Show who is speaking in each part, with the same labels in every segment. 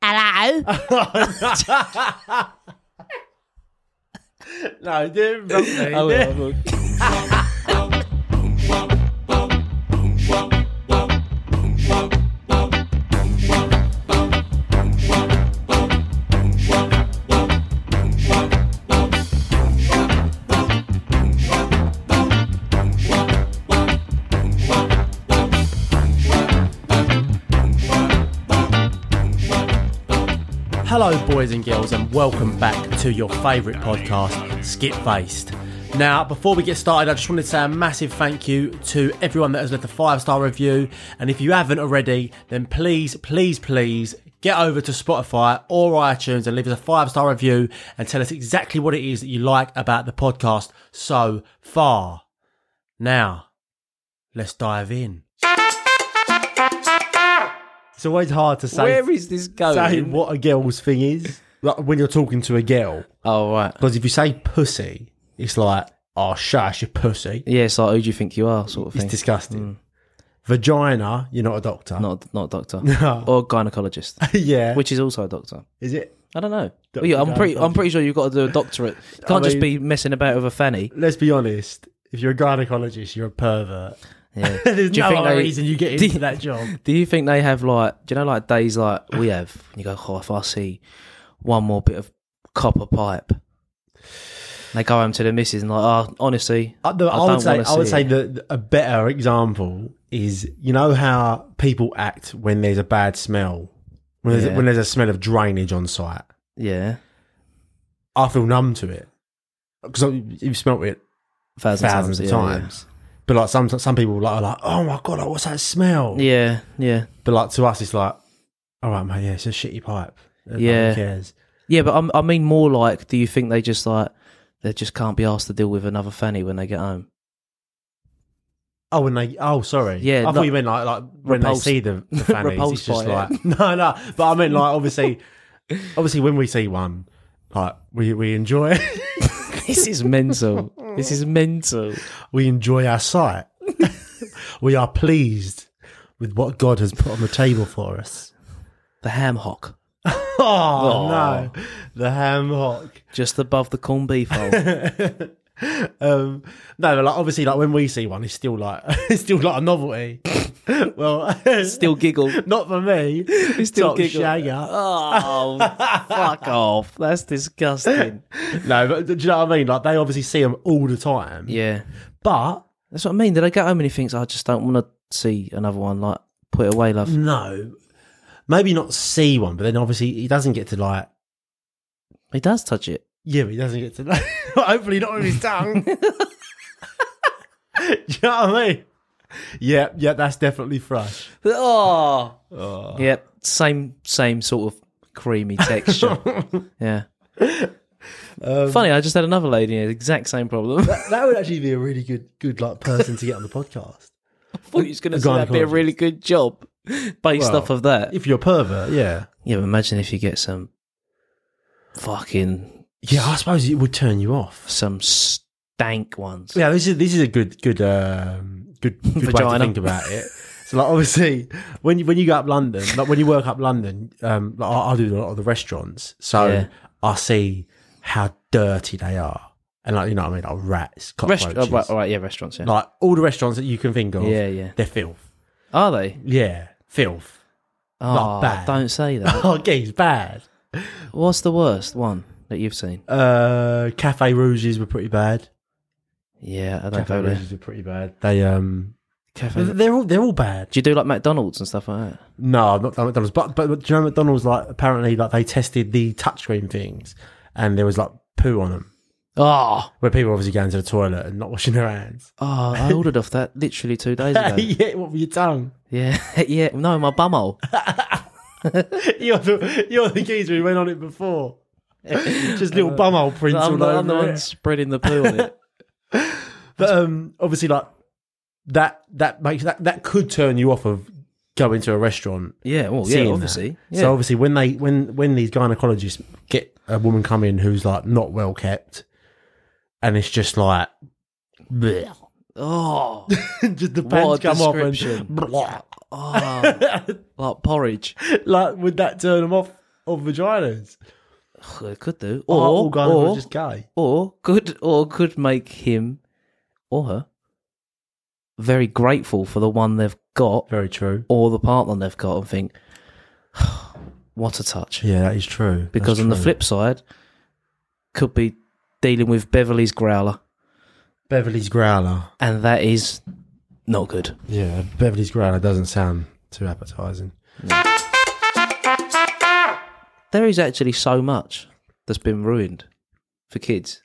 Speaker 1: Hello.
Speaker 2: no, det är bra. Nej,
Speaker 3: Ja,
Speaker 2: det-
Speaker 3: ja, ja.
Speaker 2: Hello, boys and girls, and welcome back to your favourite podcast, Skip Faced. Now, before we get started, I just wanted to say a massive thank you to everyone that has left a five star review. And if you haven't already, then please, please, please get over to Spotify or iTunes and leave us a five star review and tell us exactly what it is that you like about the podcast so far. Now, let's dive in. It's always hard to say
Speaker 3: Where is this going?
Speaker 2: saying what a girl's thing is like when you're talking to a girl.
Speaker 3: Oh right.
Speaker 2: Because if you say pussy, it's like, oh, shush, you pussy.
Speaker 3: Yeah, it's like who do you think you are, sort of
Speaker 2: It's
Speaker 3: thing.
Speaker 2: disgusting. Vagina, you're not a doctor.
Speaker 3: Mm. Not not a doctor or a gynecologist,
Speaker 2: yeah.
Speaker 3: which is also a doctor.
Speaker 2: is it?
Speaker 3: I don't know.
Speaker 2: Doctor,
Speaker 3: Well, yeah, I'm pretty. I'm
Speaker 2: gynecologist.
Speaker 3: pretty sure you've got to do a doctorate. You can't just be messing about with a fanny.
Speaker 2: Let's be honest. If you're a gynecologist, you're a pervert.
Speaker 3: Yeah.
Speaker 2: There's
Speaker 3: Do you
Speaker 2: no
Speaker 3: think
Speaker 2: other
Speaker 3: they-
Speaker 2: reason you get
Speaker 3: Do
Speaker 2: into
Speaker 3: you-
Speaker 2: that job.
Speaker 3: Do you think they have like? Do you know like days like we have? And you go, oh, if I see one more bit of copper pipe, they go home to the missus and like, oh, honestly,
Speaker 2: I, no, I,
Speaker 3: don't
Speaker 2: would say
Speaker 3: wanna
Speaker 2: I would
Speaker 3: see
Speaker 2: say
Speaker 3: it.
Speaker 2: that a better example is you know how people act when there's a bad smell when there's,
Speaker 3: Yeah.
Speaker 2: when there's a smell of drainage on site.
Speaker 3: yeah,
Speaker 2: I feel numb to it because you've smelt it
Speaker 3: thousands,
Speaker 2: thousands of times. But like some some people like are like, oh my god, like, what's that smell?
Speaker 3: Yeah, yeah, yeah,
Speaker 2: But like to us, it's like, all right, mate, yeah, it's a shitty pipe. Uh,
Speaker 3: Yeah.
Speaker 2: who cares?
Speaker 3: yeah. But I'm, I mean, more like, do you think they just like they just can't be asked to deal with another fanny when they get home?
Speaker 2: Oh, when they oh sorry,
Speaker 3: Yeah,
Speaker 2: I
Speaker 3: no-
Speaker 2: thought you meant like like when
Speaker 3: Repulsed-
Speaker 2: they see the, the fannies, it's
Speaker 3: repulsed
Speaker 2: just
Speaker 3: by
Speaker 2: like no, no. But I mean like obviously, obviously when we see one, like we we enjoy
Speaker 3: this is mental. This is mental.
Speaker 2: we enjoy our sight. we are pleased with what God has put on the table for us.
Speaker 3: The ham hock,
Speaker 2: Oh, no, the ham hock.
Speaker 3: just above the corned beef hole.
Speaker 2: Um, no, but like obviously, like when we see one, it's still like it's still like a novelty. well,
Speaker 3: Still giggle.
Speaker 2: not for me. It's
Speaker 3: still
Speaker 2: Top
Speaker 3: giggle.
Speaker 2: shagger.
Speaker 3: Oh, fuck off. That's disgusting.
Speaker 2: No, but do you know what I mean? Like they obviously see them all the time.
Speaker 3: Yeah.
Speaker 2: But
Speaker 3: That's what I mean. Did I get home and he thinks, I just don't want to see another one? Like, put it away, love.
Speaker 2: no, maybe not see one. But then obviously he doesn't get to like.
Speaker 3: He does touch it.
Speaker 2: Yeah, but he doesn't get to. Like, hopefully not with his tongue. do you know what I mean? Yeah, yeah, that's definitely thrush.
Speaker 3: Oh. Yep. Same, same sort of creamy texture. yeah.
Speaker 2: Um,
Speaker 3: Funny, I just had another lady in the exact same problem. I
Speaker 2: That would actually be a really good, good like person to get on the podcast.
Speaker 3: thought you was going to say that'd be a
Speaker 2: gynecologist.
Speaker 3: really good job based
Speaker 2: Well,
Speaker 3: off of that.
Speaker 2: If you're a pervert, yeah.
Speaker 3: Yeah, but imagine if you get some fucking
Speaker 2: Yeah, I suppose it would turn you off.
Speaker 3: some stank ones.
Speaker 2: Yeah, this is this is a good good um, good, good way to
Speaker 3: Vagina.
Speaker 2: think about it. So like obviously when you, when you go up London, like when you work up London, um, like I, I do a lot of the restaurants, so
Speaker 3: Yeah.
Speaker 2: I see how dirty they are, and like you know what I mean, like rats,
Speaker 3: Rest-
Speaker 2: cockroaches,
Speaker 3: oh, right, all right, yeah, restaurants. Yeah.
Speaker 2: like all the restaurants that you can think of,
Speaker 3: Yeah, yeah.
Speaker 2: they're filth.
Speaker 3: Are they?
Speaker 2: Yeah, filth.
Speaker 3: Oh,
Speaker 2: bad.
Speaker 3: don't say that.
Speaker 2: Oh, geez, bad.
Speaker 3: What's the worst one that you've seen?
Speaker 2: Uh, Cafe Rouges were pretty bad.
Speaker 3: Yeah, I don't
Speaker 2: Cafe
Speaker 3: go there.
Speaker 2: Rouges were pretty bad. They um,
Speaker 3: Cafe. Do
Speaker 2: they're all they're all bad.
Speaker 3: you do like McDonald's and stuff like that?
Speaker 2: No, I've not done McDonald's. But, but do you know McDonald's? Like apparently, like they tested the touchscreen things, and there was like poo on them,
Speaker 3: Oh,
Speaker 2: where people were obviously going to the toilet and not washing their hands.
Speaker 3: oh, I ordered off that literally two days ago.
Speaker 2: yeah, what with your tongue?
Speaker 3: yeah, yeah. No, my bumhole.
Speaker 2: You're the you're the geezer who went on it before. Just little bumhole prints
Speaker 3: I'm,
Speaker 2: all
Speaker 3: the-
Speaker 2: over
Speaker 3: I'm the
Speaker 2: it.
Speaker 3: one spreading the poo on it.
Speaker 2: But um, obviously, like that that makes that that could turn you off of going to a restaurant.
Speaker 3: Yeah, well,
Speaker 2: seeing
Speaker 3: yeah,
Speaker 2: that.
Speaker 3: obviously. Yeah.
Speaker 2: So obviously, when they when when these gynecologists get a woman come in who's like not well kept, and it's just like. bleh.
Speaker 3: oh,
Speaker 2: just the
Speaker 3: What
Speaker 2: pants
Speaker 3: a
Speaker 2: come off and
Speaker 3: description.
Speaker 2: Blah.
Speaker 3: oh, like porridge.
Speaker 2: like would that turn them off? or vaginas.
Speaker 3: It could do,
Speaker 2: Or,
Speaker 3: or
Speaker 2: all
Speaker 3: or,
Speaker 2: just gay.
Speaker 3: or could or could make him or her very grateful for the one they've got
Speaker 2: Very true.
Speaker 3: or the partner they've got, and think, what a touch.
Speaker 2: Yeah, that is true.
Speaker 3: Because on the flip side, could be dealing with Beverly's growler,
Speaker 2: Beverly's growler.
Speaker 3: and that is not good.
Speaker 2: Yeah, Beverly's growler doesn't sound too appetizing.
Speaker 3: there is actually so much that's been ruined for kids.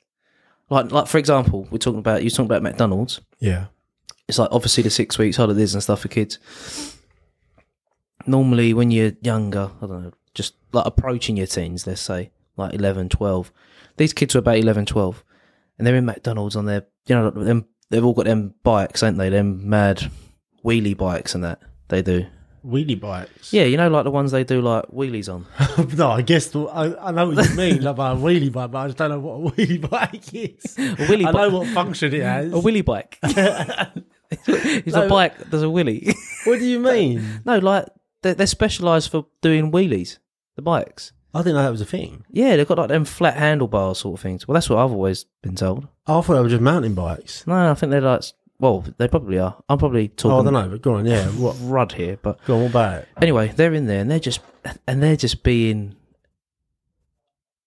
Speaker 3: Like, like for example, we're talking about you talking about McDonald's.
Speaker 2: Yeah.
Speaker 3: It's like obviously the six weeks holidays and stuff for kids. Normally, when you're younger, I don't know, just like approaching your teens, let's say like 11, 12. These kids were about 11, 12, and they're in McDonald's on their, you know, them, they've all got them bikes, ain't they? Them mad wheelie bikes and that they do.
Speaker 2: Wheelie bikes.
Speaker 3: Yeah, you know, like the ones they do like wheelies on.
Speaker 2: no, I guess the, I, I know what you mean like, by a wheelie bike, but I just don't know what a wheelie bike is.
Speaker 3: A wheelie
Speaker 2: I
Speaker 3: bi-
Speaker 2: know what function it has.
Speaker 3: A willy bike. it's
Speaker 2: No.
Speaker 3: a bike. There's a willy.
Speaker 2: what do you mean?
Speaker 3: no, like they're, they're specialised for doing wheelies. The bikes.
Speaker 2: I didn't know that was a thing.
Speaker 3: Yeah, they've got like them flat handlebar sort of things. Well, that's what I've always been told.
Speaker 2: I thought they were just mountain bikes.
Speaker 3: No, I think they're like. s- Well, they probably are. I'm probably
Speaker 2: Oh, I don't
Speaker 3: talking
Speaker 2: know, but go on, yeah. What?
Speaker 3: crud here, but
Speaker 2: Go on, what about it?
Speaker 3: anyway, they're in there and they're just and they're just being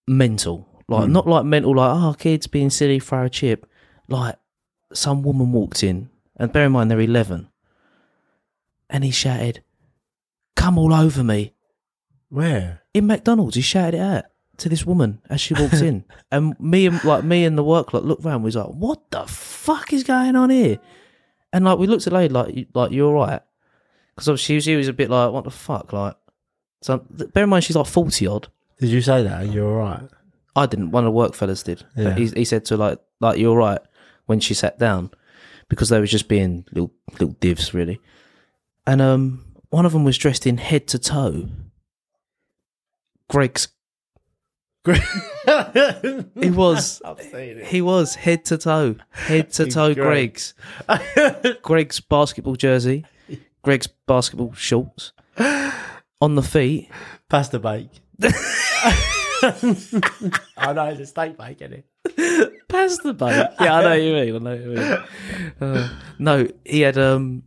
Speaker 3: mental, like not like mental, like oh kids being silly, throw a chip. Like some woman walked in, and bear in mind they're eleven, and he shouted, "Come all over me!"
Speaker 2: Where?
Speaker 3: In McDonald's, he shouted it out to this woman as she walked in, and me and like me and the work lot looked round. We was like, "What the fuck is going on here?" And like we looked at Lady like, "You- "Like you're right," because she was she was a bit like, "What the fuck?" Like, so bear in mind she's like forty odd.
Speaker 2: Did you say that? You're all right.
Speaker 3: I didn't. One of the work fellas did.
Speaker 2: Yeah.
Speaker 3: He, he said to her, like like you're right when she sat down because they were just being little little divs really, and um one of them was dressed in head to toe. Greg's he was
Speaker 2: Oh.
Speaker 3: he was head to toe head to toe
Speaker 2: Greg.
Speaker 3: Greg's Greg's basketball jersey, Greg's basketball shorts on the feet.
Speaker 2: Pasta bake. I know it's a steak bake, isn't it?
Speaker 3: Pasta bake. Yeah, I know what you mean. I know what you mean. Uh, no, he had um,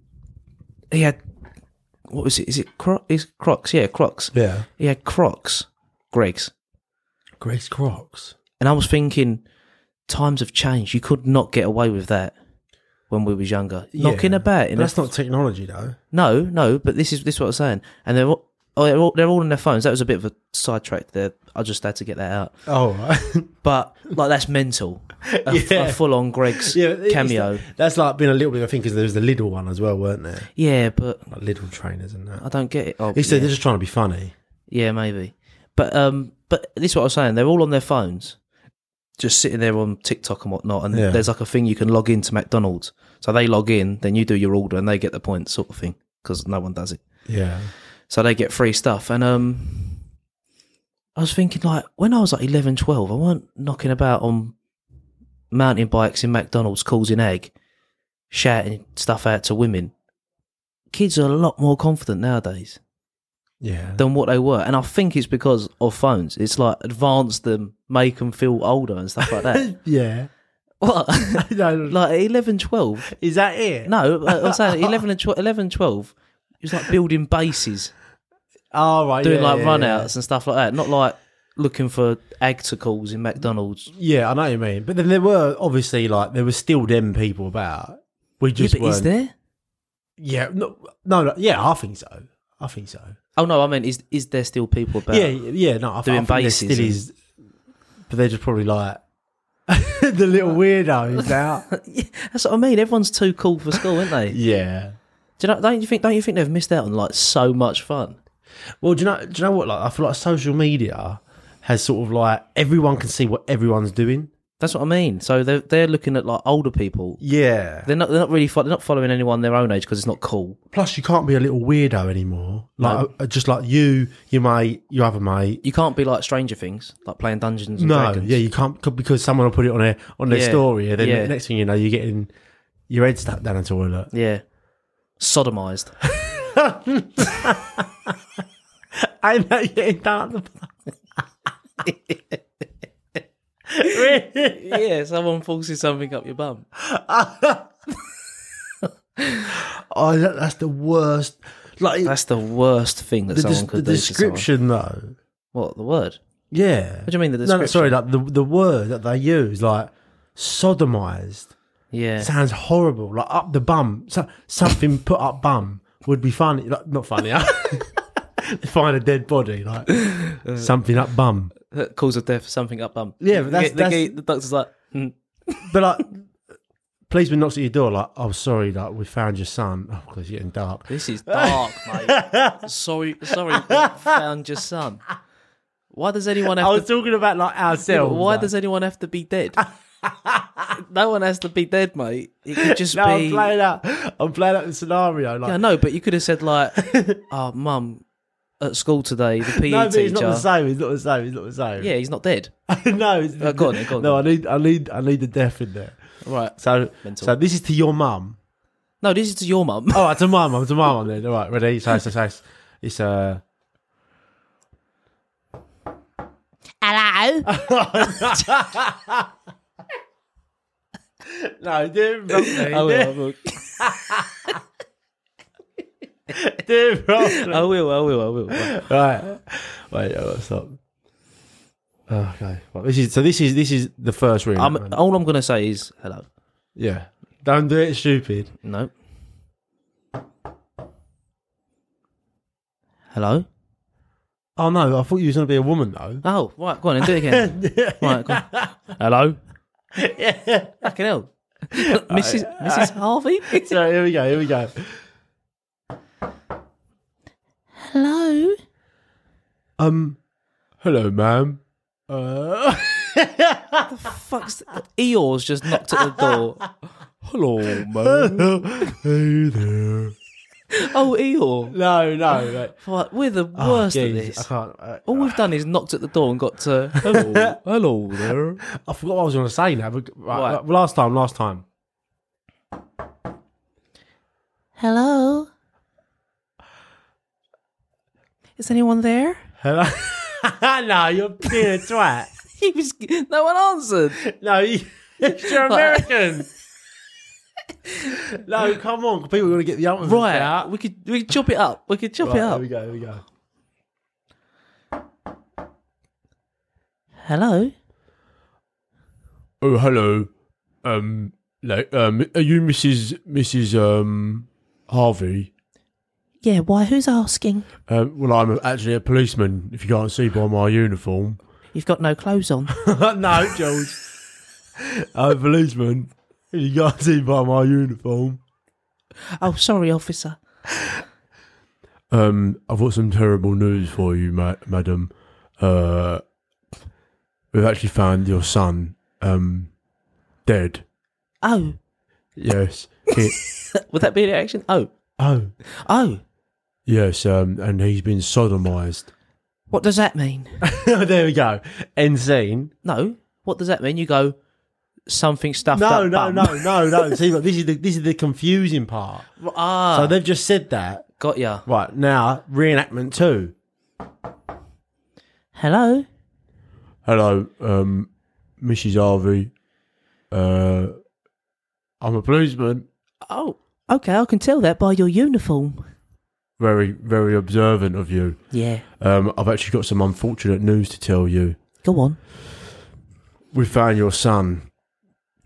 Speaker 3: he had what was it? Is it Cro- is Crocs? Yeah, Crocs.
Speaker 2: Yeah.
Speaker 3: He had Crocs, Greg's,
Speaker 2: Grace Crocs.
Speaker 3: and I was thinking, times have changed. You could not get away with that when we was younger. Knocking
Speaker 2: Yeah,
Speaker 3: about in
Speaker 2: But
Speaker 3: a
Speaker 2: that's not technology, though.
Speaker 3: No, no, but this is this is what I'm saying. And they're all, oh, they're all they're all on their phones. That was a bit of a sidetrack there. I just had to get that out.
Speaker 2: Oh, right.
Speaker 3: But like that's mental. A,
Speaker 2: Yeah.
Speaker 3: full on Greg's
Speaker 2: Yeah, it's-
Speaker 3: cameo.
Speaker 2: That's like been a little bit of a thing because there was the Lidl one as well, weren't there?
Speaker 3: Yeah, but
Speaker 2: Like Lidl trainers and that.
Speaker 3: I don't get it. Oh,
Speaker 2: He said
Speaker 3: yeah.
Speaker 2: they're just trying to be funny.
Speaker 3: yeah, maybe. But um, but this is what I was saying. They're all on their phones, just sitting there on TikTok and whatnot. And
Speaker 2: Yeah.
Speaker 3: there's like a thing you can log into McDonald's. So they log in, then you do your order, and they get the points, sort of thing, because no one does it.
Speaker 2: Yeah.
Speaker 3: so they get free stuff and um i was thinking like when i was like 11 12 i weren't knocking about on mountain bikes in mcdonald's causing egg shouting stuff out to women kids are a lot more confident nowadays
Speaker 2: Yeah.
Speaker 3: than what they were and i think it's because of phones it's like advance them make them feel older and stuff like that
Speaker 2: yeah.
Speaker 3: what
Speaker 2: No,
Speaker 3: like 11 12
Speaker 2: is that it?
Speaker 3: no i was saying 11 and 12 11 12 it was like building bases
Speaker 2: Oh, right.
Speaker 3: doing
Speaker 2: yeah,
Speaker 3: like
Speaker 2: yeah,
Speaker 3: run
Speaker 2: yeah.
Speaker 3: outs and stuff like that, not like looking for egg to calls in McDonald's.
Speaker 2: Yeah, I know what you mean. But then there were obviously like there were still them people about. We just
Speaker 3: yeah, but is
Speaker 2: weren't-
Speaker 3: there?
Speaker 2: Yeah, no, no, no, yeah, I think so. I think so.
Speaker 3: Oh no, I mean, is is there still people about?
Speaker 2: yeah, yeah, no, I, th-
Speaker 3: doing
Speaker 2: I think there
Speaker 3: bases
Speaker 2: still
Speaker 3: and-
Speaker 2: is, but they're just probably like the little weirdos now.
Speaker 3: Yeah, that's what I mean. Everyone's too cool for school, aren't they?
Speaker 2: yeah.
Speaker 3: Do you know? Don't you think? Don't you think they've missed out on like so much fun?
Speaker 2: Well, do you know? Do you know what? Like, I feel like social media has sort of like everyone can see what everyone's doing.
Speaker 3: That's what I mean. So they're they're looking at like older people.
Speaker 2: Yeah.
Speaker 3: They're not they're not really fo- they're not following anyone their own age because it's not cool.
Speaker 2: Plus, you can't be a little weirdo anymore. Like, uh, just like you, your mate, your other mate.
Speaker 3: You can't be like Stranger Things, like playing Dungeons and
Speaker 2: No,
Speaker 3: Dragons.
Speaker 2: yeah, you can't c- because someone will put it on their on their
Speaker 3: Yeah,
Speaker 2: story, and then
Speaker 3: yeah.
Speaker 2: the next thing you know, you're getting your head stuck down a toilet.
Speaker 3: yeah, sodomized.
Speaker 2: I know you're getting down the really?
Speaker 3: yeah, someone forces something up your bum.
Speaker 2: Oh, that, that's the worst. Like
Speaker 3: That's the worst thing that
Speaker 2: the,
Speaker 3: someone
Speaker 2: des- the
Speaker 3: could do. to someone.
Speaker 2: description, though.
Speaker 3: What the word?
Speaker 2: Yeah.
Speaker 3: What do you mean the
Speaker 2: No, no,
Speaker 3: description?
Speaker 2: sorry, like the the word that they use, like sodomized,
Speaker 3: Yeah.
Speaker 2: sounds horrible. Like up the bum, so, something put up bum would be funny. Like, not funny. huh? Find a dead body, like something up bum.
Speaker 3: Uh, Cause of death, something up bum.
Speaker 2: Yeah, but that's-
Speaker 3: the, the,
Speaker 2: that's-
Speaker 3: the doctor's like, mm,
Speaker 2: But like, policeman knocks at your door, like, "Oh, sorry, like we found your son." Oh, because it's getting dark.
Speaker 3: this is dark, mate. Sorry, sorry, we found your son. Why does anyone have
Speaker 2: I
Speaker 3: to
Speaker 2: was talking about like ourselves.
Speaker 3: Why
Speaker 2: Oh, like.
Speaker 3: does anyone have to be dead? no one has to be dead, mate. It could just
Speaker 2: no,
Speaker 3: be.
Speaker 2: I'm playing out. I'm playing out the scenario. Like,
Speaker 3: I know, but you could have said like, "Oh, mum, at school today, the PE
Speaker 2: no, but
Speaker 3: teacher."
Speaker 2: it's not the same. It's not the same. It's not the same.
Speaker 3: Yeah, he's not dead.
Speaker 2: no, it's,
Speaker 3: Uh, go on then, go on
Speaker 2: no, I
Speaker 3: then.
Speaker 2: need, I need, I need the death in there.
Speaker 3: Right.
Speaker 2: So,
Speaker 3: Mental.
Speaker 2: so this is to your mum.
Speaker 3: No, this is to your mum.
Speaker 2: Oh, right, to my mum, to my mum. Then, all right, ready? So, so, so it's- it's uh,
Speaker 1: Hello.
Speaker 2: no, do it
Speaker 3: I
Speaker 2: properly.
Speaker 3: will. I will.
Speaker 2: do it properly.
Speaker 3: I will. I will. I will. Right.
Speaker 2: right, wait, oh, stop. Okay, well, this is so. This is this is the first ring.
Speaker 3: I'm, all I'm gonna say is hello.
Speaker 2: yeah, don't do it stupid.
Speaker 3: No. Hello.
Speaker 2: Oh no, I thought you was gonna be a woman though.
Speaker 3: Oh, right. Go on and do it again. right. Go on. Hello.
Speaker 2: yeah.
Speaker 3: Fucking hell. Mrs. Mrs. Harvey?
Speaker 2: So here we go. Here we go.
Speaker 1: Hello.
Speaker 2: Um, hello, ma'am. Uh,
Speaker 3: Fuck's Eeyore's just knocked at the door. Hello, man.
Speaker 2: hey there.
Speaker 3: Oh, Eeyore.
Speaker 2: No, no. Like,
Speaker 3: Fuck, we're the
Speaker 2: oh,
Speaker 3: worst at
Speaker 2: jeez, I
Speaker 3: this.
Speaker 2: can't. I,
Speaker 3: All we've done is knocked at the door and got to hello, hello there.
Speaker 2: Oh, I forgot what I was going to say now. But, right,
Speaker 3: Right.
Speaker 2: right, last time, last time.
Speaker 1: Hello.
Speaker 3: Is anyone there?
Speaker 2: Hello. no, you're being a twat.
Speaker 3: He was. No one answered.
Speaker 2: No, you, you're American. no, come on. People are going to get the answer.
Speaker 3: Right, we could we could chop it up. We could chop it
Speaker 2: Right, here
Speaker 3: up.
Speaker 2: we go. Here we go.
Speaker 1: Hello.
Speaker 2: Oh, hello. Um, like, um, are you Mrs. Mrs. Um Harvey?
Speaker 1: Yeah, why? Who's asking?
Speaker 2: Um, well, I'm actually a policeman. If you can't see by my uniform.
Speaker 1: You've got no clothes on.
Speaker 2: no, George. I'm a policeman. If you can't see by my uniform.
Speaker 1: oh, sorry, officer.
Speaker 2: Um, I've got some terrible news for you, ma- madam. Uh, we've actually found your son, um, dead.
Speaker 1: Oh,
Speaker 2: Yes. He-
Speaker 3: Would that be an action? Oh,
Speaker 2: oh,
Speaker 1: oh,
Speaker 2: yes. Um, and he's been sodomized.
Speaker 1: what does that mean?
Speaker 2: there we go. End scene.
Speaker 3: no. What does that mean? You go something stuffed up.
Speaker 2: No, no,
Speaker 3: bum.
Speaker 2: no, no, no. See, look, this is the this is the confusing part.
Speaker 3: Ah,
Speaker 2: So they've just said that.
Speaker 3: got ya.
Speaker 2: Right now, reenactment two.
Speaker 1: Hello.
Speaker 2: Hello, um, Mrs. Harvey. Uh, I'm a policeman.
Speaker 1: Oh, okay, I can tell that by your uniform.
Speaker 2: Very, very observant of you.
Speaker 1: Yeah,
Speaker 2: Um, I've actually got some unfortunate news to tell you.
Speaker 1: go on.
Speaker 2: We found your son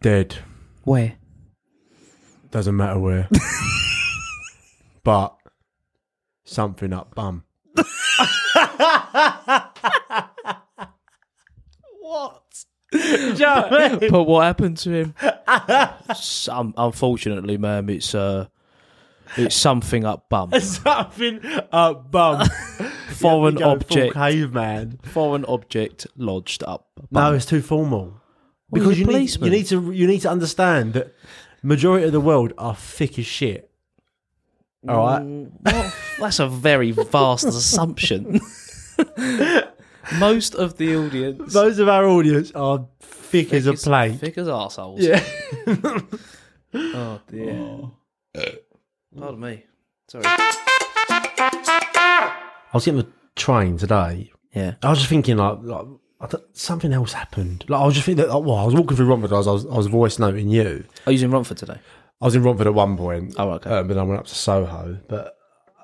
Speaker 2: dead.
Speaker 1: Where?
Speaker 2: Doesn't matter where. but something up bum.
Speaker 3: What?
Speaker 2: Joe,
Speaker 3: But what happened to him? Some, unfortunately, ma'am, it's uh, it's something up bum.
Speaker 2: something up bum.
Speaker 3: Foreign
Speaker 2: You go full
Speaker 3: object,
Speaker 2: caveman.
Speaker 3: foreign object lodged up.
Speaker 2: No, it's too formal.
Speaker 3: Well, he's
Speaker 2: Because
Speaker 3: a
Speaker 2: you need,
Speaker 3: policeman.
Speaker 2: you need to you need to understand that majority of the world are thick as shit. All right.
Speaker 3: Well, that's a very vast assumption. Most of the audience,
Speaker 2: Those of our audience are thick, as a
Speaker 3: is
Speaker 2: plank.
Speaker 3: thick as arseholes.
Speaker 2: Yeah.
Speaker 3: Oh dear. Pardon me. Sorry.
Speaker 2: I was getting the train today.
Speaker 3: Yeah.
Speaker 2: I was just thinking, like, like I don't- something else happened. Like I was just thinking that. Well, I was walking through Romford. I was, I was I was voice noting you.
Speaker 3: Are you using Romford today?
Speaker 2: I was in Romford at one point.
Speaker 3: Oh, okay.
Speaker 2: Um, but then I went up to Soho. But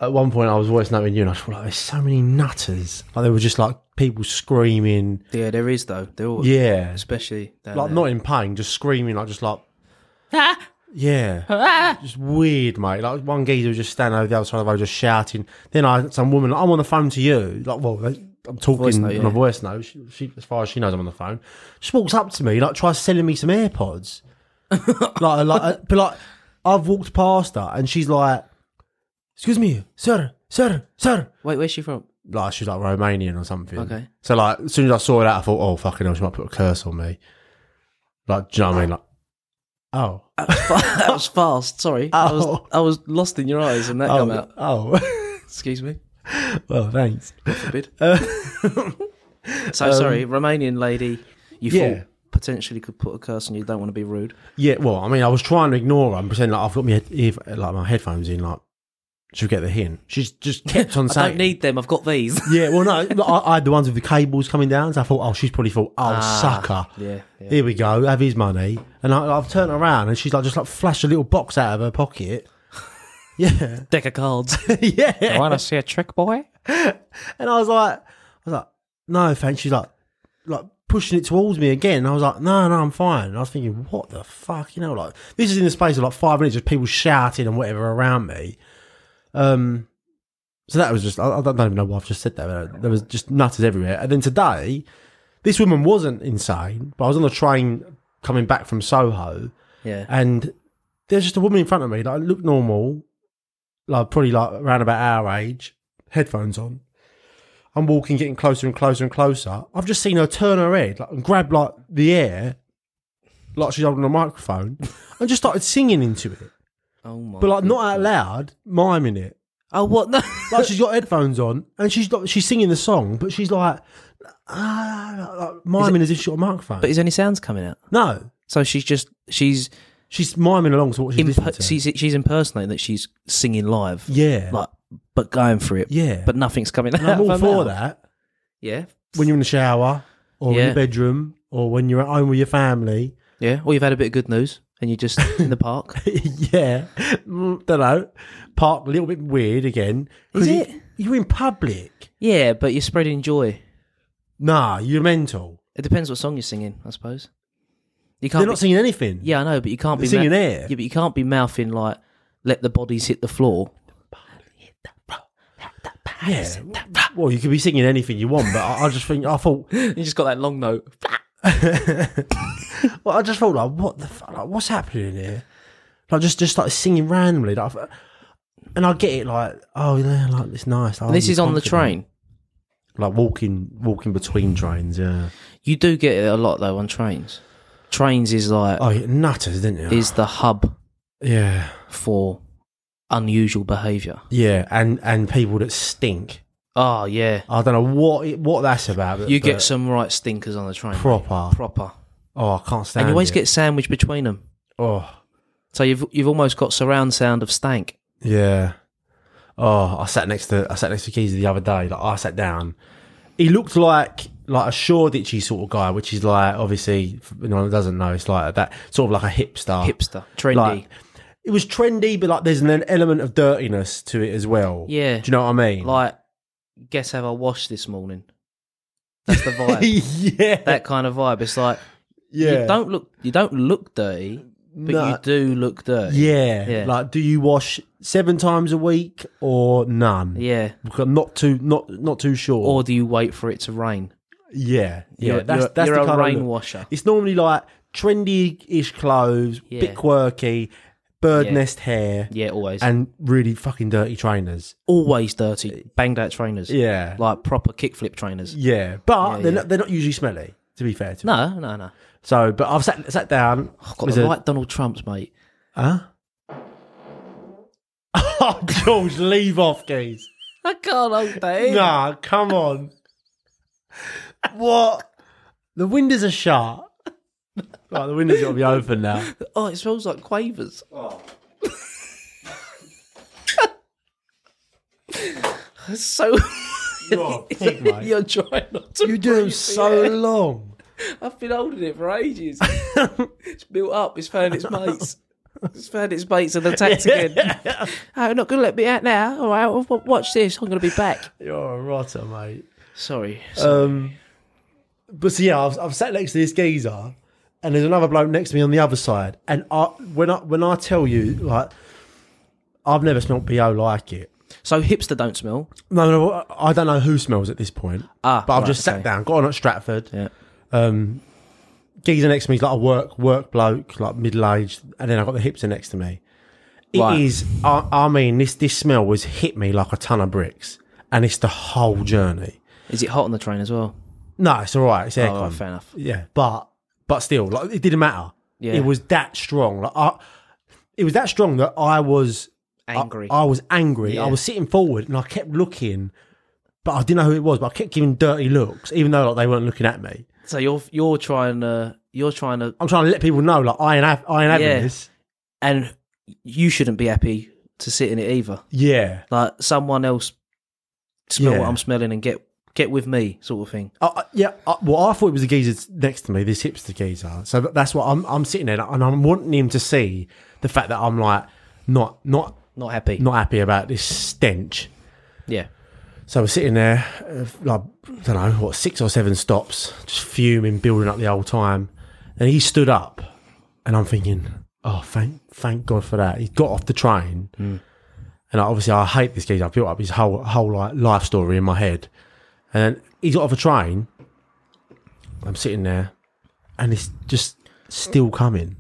Speaker 2: at one point, I was voice noting you, and I thought, like, there's so many nutters. Like, there were just like people screaming.
Speaker 3: Yeah, there is though. They're all
Speaker 2: Yeah.
Speaker 3: especially down
Speaker 2: Like,
Speaker 3: there.
Speaker 2: not in pain, just screaming, like, just like. Yeah. just weird, mate. Like, one geezer was just standing over the other side of the road, just shouting. Then I, some woman, like, I'm on the phone to you. Like, well, they- I'm talking
Speaker 3: Voice note,
Speaker 2: on
Speaker 3: yeah.
Speaker 2: a voice note. She, she, as far as she knows, I'm on the phone. She walks up to me, like, tries selling me some AirPods. like, like, uh, but like, I've walked past her and she's like, "Excuse me, sir, sir, sir."
Speaker 3: Wait, where's she from?
Speaker 2: Like she's like Romanian or something.
Speaker 3: Okay.
Speaker 2: So like, as soon as I saw that, I thought, "Oh fucking hell, she might put a curse on me." Like, do you know what I mean? Like, oh,
Speaker 3: that was fast. Sorry, I was
Speaker 2: Ow.
Speaker 3: I was lost in your eyes, and that
Speaker 2: oh,
Speaker 3: came out.
Speaker 2: oh.
Speaker 3: Excuse me,
Speaker 2: well, thanks.
Speaker 3: forbid. so sorry, Romanian lady. You
Speaker 2: yeah.
Speaker 3: thought potentially could put a curse on you. Don't want to be rude.
Speaker 2: Yeah. Well, I mean, I was trying to ignore her and pretend like I've got my head, ear, like my headphones in. Like, she'll get the hint. She's just kept on
Speaker 3: I
Speaker 2: saying.
Speaker 3: don't need them. I've got these.
Speaker 2: yeah, well, no, look, I, I had the ones with the cables coming down, so I thought, oh, she's probably thought, oh, sucker.
Speaker 3: Ah, yeah, yeah.
Speaker 2: Here we go, have his money. And I, I've turned around and she's like, just like flashed a little box out of her pocket. Yeah.
Speaker 3: Deck of cards.
Speaker 2: yeah.
Speaker 4: Want to see a trick, boy?
Speaker 2: And I was like, I was like, no, thanks. She's like, like pushing it towards me again. And I was like, no, no, I'm fine. And I was thinking, what the fuck, you know, like this is in the space of like five minutes, just people shouting and whatever around me. Um, so that was just, I, I don't even know why I've just said that. But there was just nutters everywhere. And then today, this woman wasn't insane, but I was on the train coming back from Soho
Speaker 3: yeah.
Speaker 2: and there's just a woman in front of me that looked normal, like probably like around about our age, headphones on. I'm walking, getting closer and closer and closer. I've just seen her turn her head like, and grab like the air, like she's holding a microphone, and just started singing into it,
Speaker 3: Oh my.
Speaker 2: but like not out loud, miming it.
Speaker 3: Oh what? No.
Speaker 2: Like she's got headphones on and she's like, she's singing the song, but she's like, ah, like, miming as if she's got a microphone.
Speaker 3: but is any sounds coming out?
Speaker 2: no,
Speaker 3: So she's just she's
Speaker 2: she's miming along to what she's listening
Speaker 3: imp-
Speaker 2: to.
Speaker 3: she's, she's impersonating that she's singing live.
Speaker 2: yeah,
Speaker 3: Like, but going for it.
Speaker 2: yeah.
Speaker 3: But nothing's coming out.
Speaker 2: And I'm all
Speaker 3: of her
Speaker 2: for
Speaker 3: mouth.
Speaker 2: that.
Speaker 3: Yeah.
Speaker 2: when you're in the shower or in
Speaker 3: Yeah.
Speaker 2: your bedroom or when you're at home with your family.
Speaker 3: Yeah. Or you've had a bit of good news and you're just in the park.
Speaker 2: yeah. Mm, Don't know. Park a little bit weird again. 'Cause
Speaker 3: Is
Speaker 2: you-
Speaker 3: it?
Speaker 2: You're in public.
Speaker 3: Yeah, but you're spreading joy.
Speaker 2: Nah, you're mental.
Speaker 3: It depends what song you're singing, I suppose. You can't.
Speaker 2: They're
Speaker 3: be-
Speaker 2: not singing anything.
Speaker 3: yeah, I know, but you can't be
Speaker 2: They're singing air.
Speaker 3: Yeah, but you can't be mouthing like "Let the bodies hit the floor."
Speaker 2: Yeah. Well, you could be singing anything you want, but I, I just think, I thought,
Speaker 3: you just got that long note.
Speaker 2: well, I just thought, like, what the fuck? Like, what's happening here? Like, just, just started singing randomly. Like, and I get it, like, oh, yeah, like, it's nice. like,
Speaker 3: this
Speaker 2: I'm
Speaker 3: is on the
Speaker 2: confident.
Speaker 3: train.
Speaker 2: Like, walking, walking between trains, yeah.
Speaker 3: You do get it a lot though on trains. Trains is like
Speaker 2: Oh, you nutters, didn't you?
Speaker 3: is the hub
Speaker 2: yeah.
Speaker 3: for unusual behaviour.
Speaker 2: Yeah, and and people that stink.
Speaker 3: Oh yeah,
Speaker 2: I don't know what it- what that's about. but-
Speaker 3: you get
Speaker 2: but
Speaker 3: some right stinkers on the train.
Speaker 2: proper.
Speaker 3: proper,
Speaker 2: Oh, I can't stand.
Speaker 3: and you always
Speaker 2: it.
Speaker 3: get sandwiched between them.
Speaker 2: Oh,
Speaker 3: So you've you've almost got surround sound of stank.
Speaker 2: yeah. Oh, I sat next to I sat next to Geezer the other day. Like I sat down. He looked like like a Shoreditchy sort of guy, which is like obviously for anyone that doesn't know, it's like that sort of like a hipster.
Speaker 3: Hipster, trendy.
Speaker 2: Like, it was trendy, but like there's an element of dirtiness to it as well.
Speaker 3: Yeah.
Speaker 2: Do you know what I mean?
Speaker 3: like guess how I washed this morning. That's the vibe.
Speaker 2: yeah,
Speaker 3: that kind of vibe. It's like
Speaker 2: yeah.
Speaker 3: you don't look you don't look dirty, but
Speaker 2: No.
Speaker 3: you do look dirty.
Speaker 2: Yeah.
Speaker 3: Yeah.
Speaker 2: Like, do you wash seven times a week or none?
Speaker 3: Yeah.
Speaker 2: I'm not too not not too sure.
Speaker 3: Or do you wait for it to rain?
Speaker 2: yeah, yeah.
Speaker 3: You're,
Speaker 2: that's
Speaker 3: you're,
Speaker 2: that's
Speaker 3: you're
Speaker 2: the
Speaker 3: a
Speaker 2: kind
Speaker 3: rain
Speaker 2: of look.
Speaker 3: washer.
Speaker 2: It's normally like trendy-ish clothes,
Speaker 3: Yeah.
Speaker 2: bit quirky, bird
Speaker 3: Yeah.
Speaker 2: nest hair,
Speaker 3: Yeah, always.
Speaker 2: and really fucking dirty trainers.
Speaker 3: always dirty. Banged out trainers.
Speaker 2: Yeah,
Speaker 3: Like proper kickflip trainers.
Speaker 2: yeah.
Speaker 3: Yeah,
Speaker 2: But they're
Speaker 3: yeah.
Speaker 2: not they're not usually smelly. To be fair to me.
Speaker 3: No, no, no.
Speaker 2: So, but I've sat sat down.
Speaker 3: I've got
Speaker 2: with
Speaker 3: the
Speaker 2: a-
Speaker 3: right Donald Trumps, mate.
Speaker 2: Huh? oh, George, leave off, geez.
Speaker 3: I can't hold that in.
Speaker 2: Nah, come on. what? The windows are shut. Right, the windows got to be open now.
Speaker 3: Oh, it smells like quavers.
Speaker 2: Oh.
Speaker 3: it's so
Speaker 2: You're a pig, mate.
Speaker 3: You're trying not to.
Speaker 2: You do
Speaker 3: breathe the
Speaker 2: so
Speaker 3: air.
Speaker 2: long.
Speaker 3: I've been holding it for ages. it's built up. It's found its mates. It's found its mates and attacked again. oh, you're not going to let me out now. All right, w- w- watch this. I'm going to be back. Uh,
Speaker 2: You're a rotter, mate.
Speaker 3: Sorry.
Speaker 2: Um, but so yeah, I've, I've sat next to this geezer, and there's another bloke next to me on the other side. And I, when I when I tell you, like, I've never smelt bo like it.
Speaker 3: So hipster don't smell.
Speaker 2: No, no, I don't know who smells at this point.
Speaker 3: Ah,
Speaker 2: but I've
Speaker 3: right,
Speaker 2: just sat
Speaker 3: okay.
Speaker 2: down, got on at Stratford.
Speaker 3: Yeah.
Speaker 2: Um, geezer next to me is like a work work bloke, like middle aged, and then I got the hipster next to me. It is.
Speaker 3: Right.
Speaker 2: I, I mean, this this smell was hit me like a ton of bricks, and it's the whole journey.
Speaker 3: Is it hot on the train as well?
Speaker 2: No, it's all right. It's
Speaker 3: Oh,
Speaker 2: aircon.
Speaker 3: right, fair enough.
Speaker 2: Yeah, but but still, like it didn't matter.
Speaker 3: Yeah.
Speaker 2: It was that strong. Like I, it was that strong that I was I-
Speaker 3: Angry.
Speaker 2: I, was angry. I
Speaker 3: Yeah.
Speaker 2: was sitting forward and I kept looking, but I didn't know who it was. But I kept giving dirty looks, even though like they weren't looking at me.
Speaker 3: so you're you're trying to you're trying to
Speaker 2: I'm trying to let people know, like I ain't have, I ain't having
Speaker 3: Yeah.
Speaker 2: this.
Speaker 3: and you shouldn't be happy to sit in it either.
Speaker 2: Yeah.
Speaker 3: Like someone else smell
Speaker 2: Yeah.
Speaker 3: what I'm smelling and get get with me sort of thing.
Speaker 2: I, I- Uh, yeah, I, well, I thought it was the geezer next to me, this hipster geezer. So that- that's what I'm. I'm sitting there, and I'm wanting him to see the fact that I'm like not, not,
Speaker 3: Not happy.
Speaker 2: not happy about this stench.
Speaker 3: yeah.
Speaker 2: So we're sitting there, uh, like, I don't know, what, six or seven stops, just fuming, building up the whole time. And he stood up, and I'm thinking, oh, thank thank God for that. He got off the train. And I, obviously, I hate this geezer. I built up his whole, whole like, life story in my head. And then he got off a train. I'm sitting there, and it's just still coming.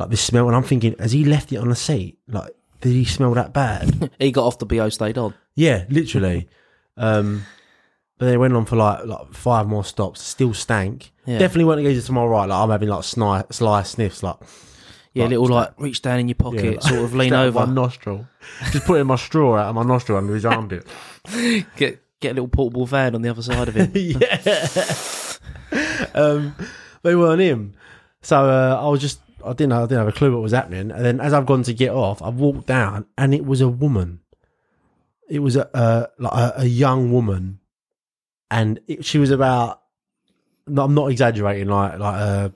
Speaker 2: Like this smell, and I'm thinking, has he left it on the seat? Like, did he smell that bad?
Speaker 3: He got off the BO stayed on.
Speaker 2: Yeah, literally. um, but they went on for like like five more stops. Still stank.
Speaker 3: Yeah.
Speaker 2: Definitely weren't against it to my right. Like I'm having like sni- sly sniffs. Like
Speaker 3: Yeah,
Speaker 2: Like,
Speaker 3: little like reach down in your
Speaker 2: yeah,
Speaker 3: pocket,
Speaker 2: like,
Speaker 3: sort of lean
Speaker 2: out of
Speaker 3: over,
Speaker 2: my nostril. Just putting my straw out of my nostril under his armpit.
Speaker 3: get get a little portable van on the other side of it.
Speaker 2: yeah. um, they weren't him. So uh, I was just I didn't know, I didn't have a clue what was happening. And then as I've gone to get off, I've walked down and it was a woman. It was a uh, like a, a young woman, and it, she was about. No, I'm not exaggerating. Like like uh,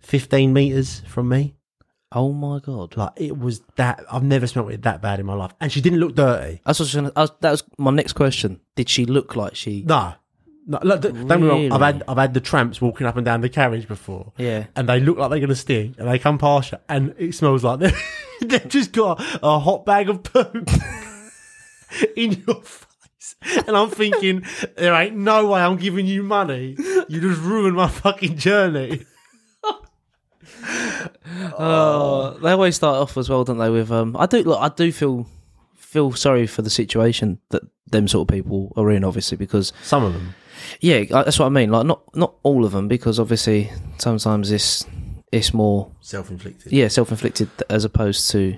Speaker 2: 15 meters from me.
Speaker 3: oh my god!
Speaker 2: Like it was that I've never smelled it that bad in my life, and she didn't look dirty.
Speaker 3: That's what I was gonna, I was, that was my next question. Did she look like she?
Speaker 2: No. No, look, d- don't be wrong.
Speaker 3: Really?
Speaker 2: I've had I've had the tramps walking up and down the carriage before,
Speaker 3: Yeah.
Speaker 2: and they look like they're gonna sting, and they come past you, and it smells like they they've just got a hot bag of poop in your face, and I'm thinking there ain't no way I'm giving you money. You just ruined my fucking journey.
Speaker 3: Oh, they always start off as well, don't they? With um, I do look, I do feel feel sorry for the situation that them sort of people are in, obviously, because
Speaker 2: Some of them,
Speaker 3: yeah, I- that's what I mean. Like not not all of them, because obviously sometimes it's it's more
Speaker 2: self-inflicted.
Speaker 3: yeah self inflicted as opposed to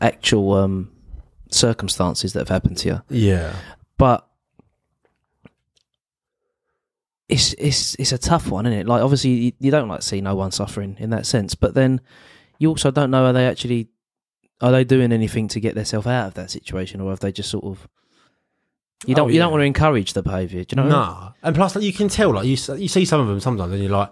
Speaker 3: actual um circumstances that have happened to you.
Speaker 2: Yeah,
Speaker 3: but it's it's it's a tough one, isn't it? Like obviously you, you don't like see no one suffering in that sense, but then you also don't know are they actually are they doing anything to get themselves out of that situation, or have they just sort of you don't
Speaker 2: Oh,
Speaker 3: you don't
Speaker 2: yeah.
Speaker 3: want to encourage the behaviour, do you know? what I mean?
Speaker 2: Nah, and plus, like you can tell, like you s- you see some of them sometimes, and you're like,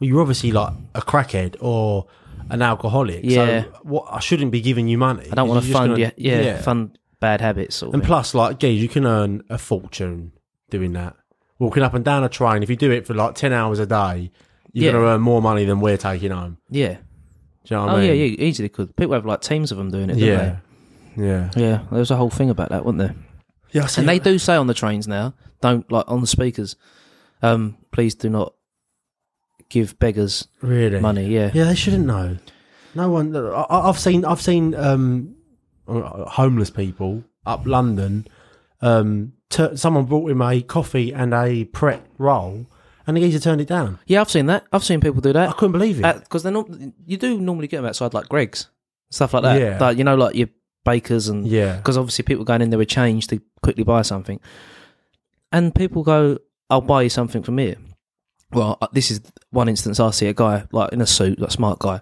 Speaker 2: well, you're obviously like a crackhead or an alcoholic.
Speaker 3: Yeah.
Speaker 2: So what I shouldn't be giving you money.
Speaker 3: I don't want to fund
Speaker 2: you.
Speaker 3: yeah, yeah, fund bad habits sort of
Speaker 2: And
Speaker 3: thing.
Speaker 2: plus, like, geez, you can earn a fortune doing that. Walking up and down a train, if you do it for like ten hours a day, you're
Speaker 3: Yeah.
Speaker 2: gonna earn more money than we're taking home.
Speaker 3: yeah.
Speaker 2: Do you know
Speaker 3: Oh
Speaker 2: what I mean?
Speaker 3: yeah, yeah, easily could. People have like teams of them doing it, don't
Speaker 2: yeah, yeah,
Speaker 3: they? Yeah, there was a whole thing about that, wasn't there?
Speaker 2: yeah. I see
Speaker 3: And
Speaker 2: that.
Speaker 3: they do say on the trains now, don't like on the speakers, um, please do not give beggars
Speaker 2: really
Speaker 3: money. Yeah.
Speaker 2: Yeah, they shouldn't know. No one. I, I- I've seen. I've seen um, uh, homeless people up London. Um, tur someone brought him a coffee and a Pret roll, and the geezer turned it down.
Speaker 3: Yeah, I've seen that. I've seen people do
Speaker 2: I
Speaker 3: that
Speaker 2: couldn't believe it.
Speaker 3: because they're not. You do normally get them outside like Greg's stuff like that.
Speaker 2: Yeah.
Speaker 3: Like you know, like your bakers and
Speaker 2: yeah,
Speaker 3: because obviously people going in there with change to quickly buy something, and people go, "I'll buy you something from here." Well, uh, this is one instance I see a guy like in a suit, like smart guy,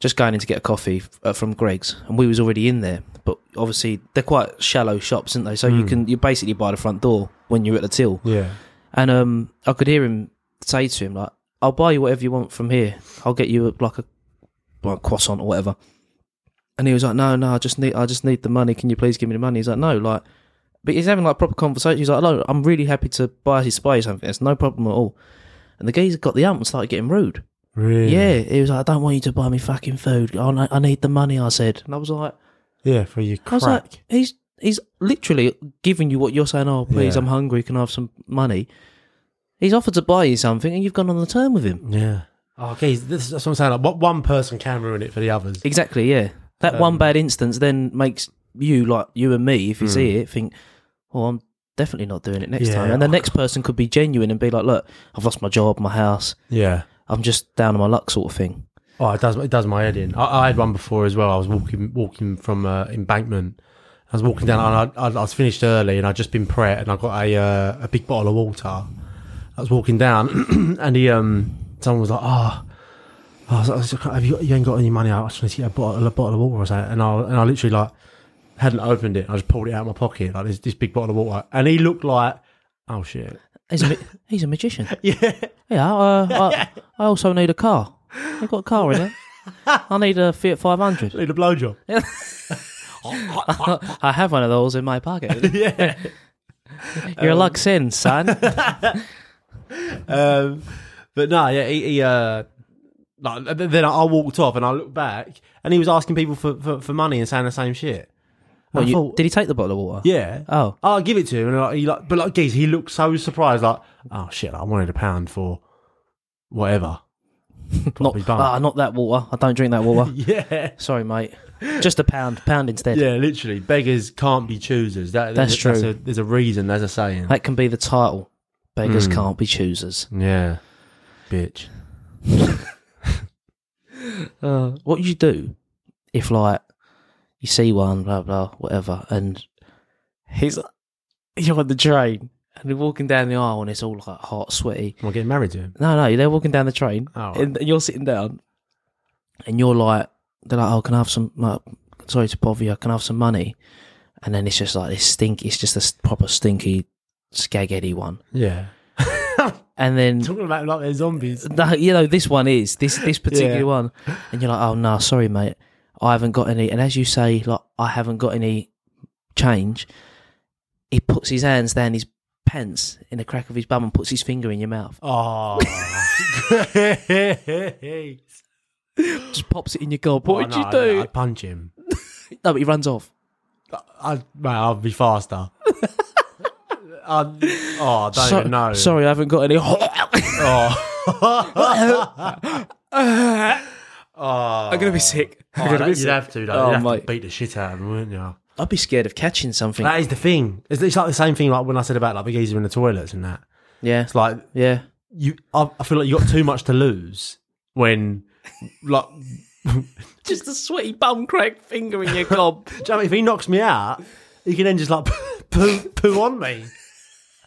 Speaker 3: just going in to get a coffee f- uh, from Greg's, and we was already in there, but obviously they're quite shallow shops, aren't they? So you can you're basically by the front door when you're at the till.
Speaker 2: Yeah.
Speaker 3: And um, I could hear him say to him like, "I'll buy you whatever you want from here. I'll get you like a, well, a croissant or whatever." And he was like, "No, no, I just need, I just need the money. Can you please give me the money?" He's like, "No, like." But he's having like proper conversations. He's like, "No, I'm really happy to buy his spy something. It's no problem at all." And the geezer got the ump and started getting rude.
Speaker 2: Really?
Speaker 3: Yeah, he was like, "I don't want you to buy me fucking food. I, ne- I need the money." I said, and I was like,
Speaker 2: Yeah, for you
Speaker 3: I
Speaker 2: crack.
Speaker 3: was like, he's he's literally giving you what you're saying. Oh, please,
Speaker 2: Yeah.
Speaker 3: I'm hungry. Can I have some money? He's offered to buy you something, and you've gone on the term with him.
Speaker 2: yeah. Oh, okay, this, that's what I'm saying. Like, what one person can ruin it for the others.
Speaker 3: Exactly. Yeah. That one bad instance then makes you like you and me, if you see it, think, "Oh, I'm definitely not doing it next
Speaker 2: Yeah.
Speaker 3: time." And the next person could be genuine and be like, "Look, I've lost my job, my house.
Speaker 2: Yeah.
Speaker 3: I'm just down on my luck," sort of thing.
Speaker 2: Oh, it does. It does my head in. I, I had one before as well. I was walking, walking from uh, embankment. I was walking down, and I, I, I was finished early, and I'd just been pret, and I got a uh, a big bottle of water. I was walking down, and he, um, someone was like, "Ah, oh, I was like, have you, you ain't got any money? I just want to get a bottle, a bottle of water." Or something. And I, and I literally like hadn't opened it. I just pulled it out of my pocket, like this, this big bottle of water, and he looked like, "Oh shit."
Speaker 3: He's a, ma- he's a magician. Yeah. Yeah. Uh, I, I also need a car. I've got a car in it. I need a Fiat 500.
Speaker 2: Need a blowjob.
Speaker 3: Uh, I have one of those in my pocket. yeah. Your luck's in, son.
Speaker 2: um, but no, yeah, he, he uh, like, th- then I walked off and I looked back, and he was asking people for, for, for money and saying the same shit.
Speaker 3: Well,
Speaker 2: I
Speaker 3: you-
Speaker 2: thought,
Speaker 3: did he take the bottle of water?
Speaker 2: yeah,
Speaker 3: Oh.
Speaker 2: I'll give it to him. And like, he like, but like, geez, he looked so surprised. Like, oh shit, I wanted a pound for whatever.
Speaker 3: Not,
Speaker 2: Probably bum.
Speaker 3: ah, not that water. I don't drink that water.
Speaker 2: yeah,
Speaker 3: Sorry, mate. Just a pound. Pound instead.
Speaker 2: yeah, literally, beggars can't be choosers. That,
Speaker 3: That's true.
Speaker 2: a, there's a reason. There's a saying.
Speaker 3: That can be the title. Beggars can't be choosers.
Speaker 2: yeah, bitch.
Speaker 3: Uh, what would you do if, like, you see one, blah, blah, whatever, and he's you're on the train and they're walking down the aisle and it's all like hot, sweaty.
Speaker 2: Am I getting married to him?
Speaker 3: No, no, they're walking down the train
Speaker 2: Oh, right.
Speaker 3: and you're sitting down and you're like, they're like, oh, can I have some, like, sorry to bother you, can I have some money? And then it's just like this stink, it's just this proper stinky, skagheady one.
Speaker 2: Yeah,
Speaker 3: And then
Speaker 2: talking about like they're zombies.
Speaker 3: no, you know this one is this this particular
Speaker 2: Yeah.
Speaker 3: one, and you're like, oh no, sorry mate, I haven't got any. And as you say, like I haven't got any change. He puts his hands down his pants in the crack of his bum and puts his finger in your mouth.
Speaker 2: Oh.
Speaker 3: Just pops it in your gob. What would
Speaker 2: Oh,
Speaker 3: you
Speaker 2: no,
Speaker 3: do?
Speaker 2: no, I'd punch him.
Speaker 3: No, but he runs off.
Speaker 2: I'd, mate, I'd be faster. I'd, oh, I don't
Speaker 3: So-
Speaker 2: even know.
Speaker 3: Sorry, I haven't got any.
Speaker 2: Oh. oh.
Speaker 3: I'm gonna be sick. I'm
Speaker 2: Oh,
Speaker 3: gonna be
Speaker 2: that, you'd
Speaker 3: sick.
Speaker 2: have to, though.
Speaker 3: Oh,
Speaker 2: you'd have
Speaker 3: mate.
Speaker 2: to beat the shit out of him, wouldn't you?
Speaker 3: I'd be scared of catching something.
Speaker 2: That is the thing. It's, it's like the same thing like when I said about like the geezer in the toilets and that.
Speaker 3: yeah,
Speaker 2: It's like
Speaker 3: yeah.
Speaker 2: you. I, I feel like you got too much to lose when like
Speaker 3: Just a sweaty bum crack finger in your gob.
Speaker 2: Do you know what I mean? if he knocks me out, he can then just like poo poo on me.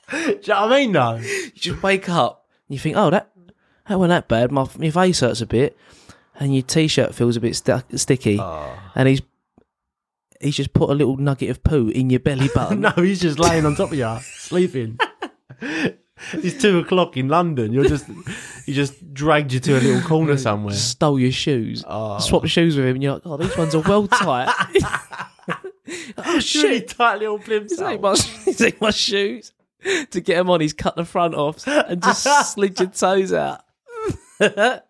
Speaker 2: Do you know what I mean? No.
Speaker 3: you just wake up and you think, oh, that that wasn't that bad. My, my face hurts a bit, and your t-shirt feels a bit stuck sticky, and he's he's just put a little nugget of poo in your belly button.
Speaker 2: No, he's just laying on top of you, sleeping. it's two o'clock in London. You're just you just dragged you to a little corner somewhere.
Speaker 3: Stole your shoes, swapped shoes with him, and you're like, oh, these ones are well tight. oh
Speaker 2: Really
Speaker 3: shit!
Speaker 2: tight little blimps.
Speaker 3: He's
Speaker 2: out.
Speaker 3: ain't my, this ain't my shoes. To get him on, he's cut the front off and just slid your toes out.
Speaker 2: At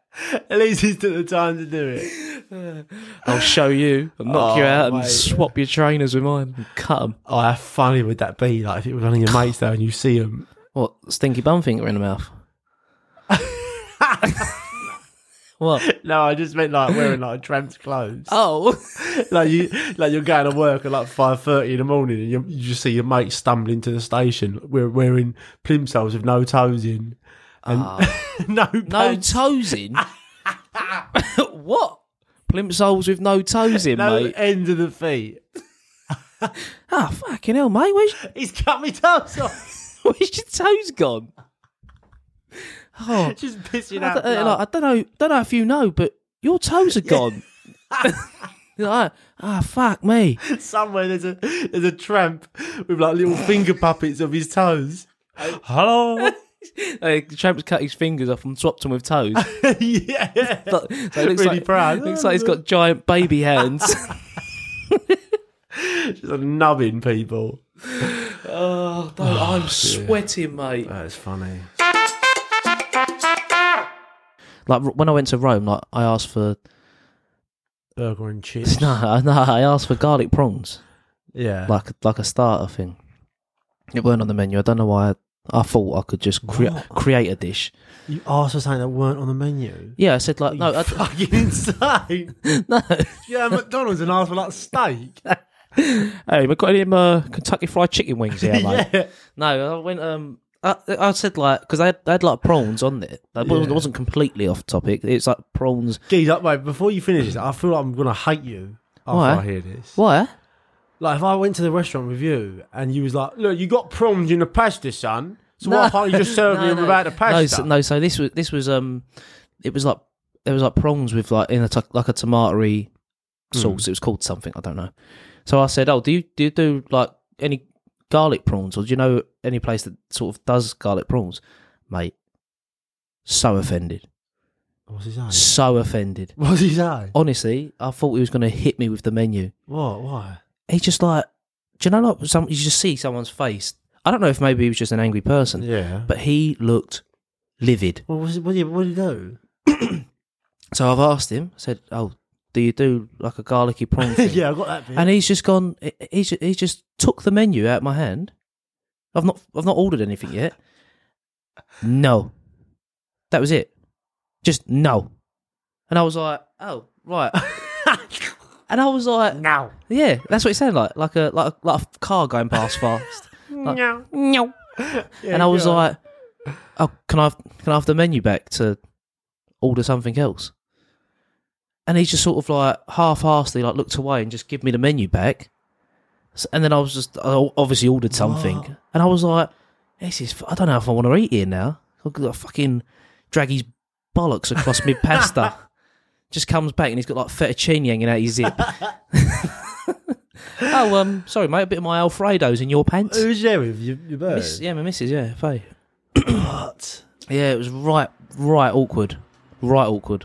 Speaker 2: least he's took the time to do it.
Speaker 3: I'll show you. I'll knock you
Speaker 2: Oh,
Speaker 3: out
Speaker 2: mate.
Speaker 3: and swap your trainers with mine and cut them.
Speaker 2: Oh, how funny would that be? Like if it was one of your mates though, and you see him.
Speaker 3: What stinky bum finger in the mouth? what?
Speaker 2: No, I just meant like wearing like tramp's clothes.
Speaker 3: Oh,
Speaker 2: like you, like you're going to work at like five thirty in the morning, and you, you just see your mate stumbling to the station. We're wearing plimsolls with no toes in, and Ah. no
Speaker 3: no
Speaker 2: pants.
Speaker 3: toes in. what? Plimsolls with no toes in,
Speaker 2: No
Speaker 3: mate.
Speaker 2: end of the feet.
Speaker 3: Ah, fucking hell, mate. Where's,
Speaker 2: He's cut me toes off.
Speaker 3: where's your toes gone? Oh,
Speaker 2: Just pissing
Speaker 3: I,
Speaker 2: out.
Speaker 3: don't, uh,
Speaker 2: blood.
Speaker 3: like, I don't know. Don't know if you know, but your toes are gone. You're like, ah, fuck me.
Speaker 2: Somewhere there's a there's a tramp with like little finger puppets of his toes. Hello.
Speaker 3: Like, the tramp's cut his fingers off and swapped them with toes.
Speaker 2: yeah.
Speaker 3: But- so it looks
Speaker 2: Really
Speaker 3: like,
Speaker 2: proud.
Speaker 3: Looks like he's got giant baby hands.
Speaker 2: Just nubbing people.
Speaker 3: oh, no, I'm sweating, mate.
Speaker 2: That's funny.
Speaker 3: Like when I went to Rome, like I asked for
Speaker 2: Burger and chips.
Speaker 3: no, no, I asked for garlic prawns.
Speaker 2: Yeah.
Speaker 3: like like a starter thing. It weren't on the menu. I don't know why. I, I thought I could just crea-
Speaker 2: What?
Speaker 3: create a dish.
Speaker 2: you asked for something that weren't on the menu.
Speaker 3: Yeah, I said like no,
Speaker 2: you
Speaker 3: I,
Speaker 2: fucking insane.
Speaker 3: no.
Speaker 2: yeah, McDonald's and asked for like steak.
Speaker 3: Hey, we got any um, uh, Kentucky Fried Chicken wings here, mate?
Speaker 2: yeah.
Speaker 3: No, I went. Um, I, I said like because I had, I had like prawns on it. Like, It wasn't-
Speaker 2: Yeah.
Speaker 3: wasn't completely off topic. It's like prawns.
Speaker 2: Geez, like, mate, before you finish this, I feel like I'm gonna hate you after
Speaker 3: Why?
Speaker 2: I hear this.
Speaker 3: Why?
Speaker 2: Like if I went to the restaurant with you and you was like, "Look, you got prawns in the pasta, son. So
Speaker 3: No.
Speaker 2: why can't you just serve me without the pasta?"
Speaker 3: No, so, no. So this was this was um, it was like it was like prawns with like in a t- like a tomatoey sauce. It was called something I don't know. So I said, "Oh, do you do you do like any garlic prawns, or do you know any place that sort of does garlic prawns, mate?" So offended,
Speaker 2: What's he saying?
Speaker 3: so offended.
Speaker 2: What's he saying?
Speaker 3: Honestly, I thought he was going to hit me with the menu.
Speaker 2: What? Why?
Speaker 3: He just like, do you know, like some you just see someone's face. I don't know if maybe he was just an angry person,
Speaker 2: Yeah.
Speaker 3: but he looked livid.
Speaker 2: Well, what's it, what, did he, what did he do?
Speaker 3: So I've asked him. I said, "Oh, do you do like a garlicky prawn thing?"
Speaker 2: yeah, I got that bit.
Speaker 3: And he's just gone. he- He's he just took the menu out of my hand. I've not I've not ordered anything yet. No, that was it. Just no. And I was like, "Oh, right." and I was like,
Speaker 2: now.
Speaker 3: "Yeah, that's what it sounded like. Like a like a, like a car going past fast." Like,
Speaker 2: Meow.
Speaker 3: no.
Speaker 2: Yeah,
Speaker 3: and I was
Speaker 2: go on.
Speaker 3: like, "Oh, can I have, can I have the menu back to order something else?" And he just sort of like half-heartedly like looked away and just give me the menu back. S- And then I was just I o- obviously ordered something,
Speaker 2: What?
Speaker 3: and I was like, "This is f- I don't know if I want to eat here now. I've got to fucking drag his bollocks across me pasta." Just comes back and he's got like fettuccine hanging out his zip. oh, um, sorry, mate, a bit of my Alfredo's in your pants.
Speaker 2: Who was there with your, your bird?
Speaker 3: Miss, yeah, my missus, yeah, Faye.
Speaker 2: What?
Speaker 3: Yeah, it was right, right awkward, right awkward.